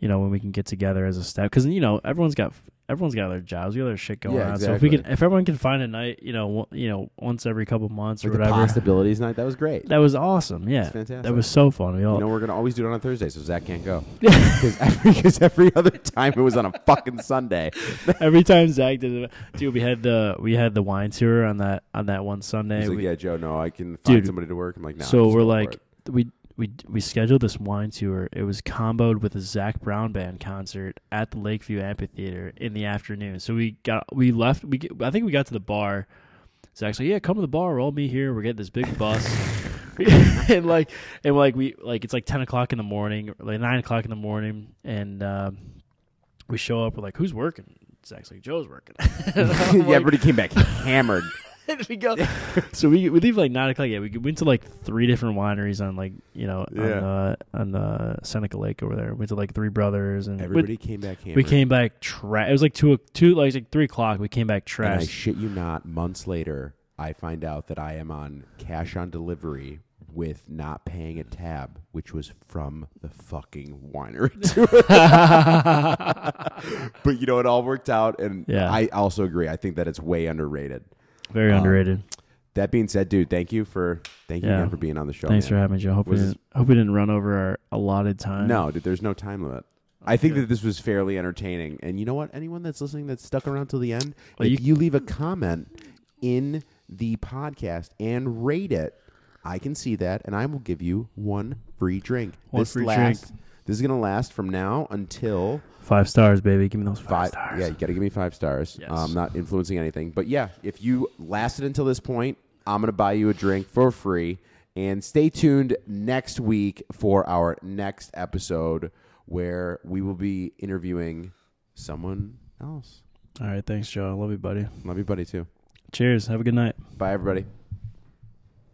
you know, when we can get together as a staff, because you know everyone's got everyone's got their jobs, we got their shit going Yeah, on. So if we can, exactly. if everyone can find a night, you know, w- you know, once every couple months Like or the whatever, possibilities night. That was great. that was awesome. It's Yeah, fantastic. that was so fun. We all You know, we're gonna always do it on a Thursday, so Zach can't go because every, 'cause every other time it was on a fucking Sunday. every time Zach did it, dude, we had the we had the wine tour on that on that one Sunday. He's like, We- "Yeah, Joe, no, I can find Dude, somebody to work." I'm like, "No." so just go we're for like it." we we we scheduled this wine tour. It was comboed with a Zach Brown band concert at the Lakeview Amphitheater in the afternoon. So we got we left. We get, I think we got to the bar. Zach's like, yeah, come to the bar. We'll all meet here. We're getting this big bus. and like and like we like it's like ten o'clock in the morning, like nine o'clock in the morning, and um, we show up. We're like, who's working? Zach's like, Joe's working. yeah, yeah, everybody came back hammered. we go. so we we leave like nine o'clock. Yeah, we went to like three different wineries on like you know on Yeah. uh, on uh, Seneca Lake over there. We went to like Three Brothers and we- Everybody came back hammered. we came back trash. It was like two o- two like, like three o'clock. We came back And I trash. shit you not, months later, I find out that I am on cash on delivery with not paying a tab, which was from the fucking winery. but you know, it all worked out. And Yeah. I also agree. I think that it's way underrated. Very underrated. That being said, dude, thank you for thank you Yeah. again for being on the show. Thanks for man. having me, Joe. Hope we was- didn't, hope we didn't run over our allotted time. No, dude, there's no time limit. I think that this was fairly entertaining. And you know what? Anyone that's listening that's stuck around till the end, Well, if you leave a comment in the podcast and rate it, I can see that and I will give you one free drink. One this free drink. lasts this is gonna last from now until five stars, baby. Give me those five five, stars. Yeah, you gotta give me five stars. Yes. I'm not influencing anything. But yeah, if you lasted until this point, I'm gonna buy you a drink for free. And stay tuned next week for our next episode where we will be interviewing someone else. All right, thanks, Joe. I love you, buddy. Love you, buddy, too. Cheers. Have a good night. Bye, everybody.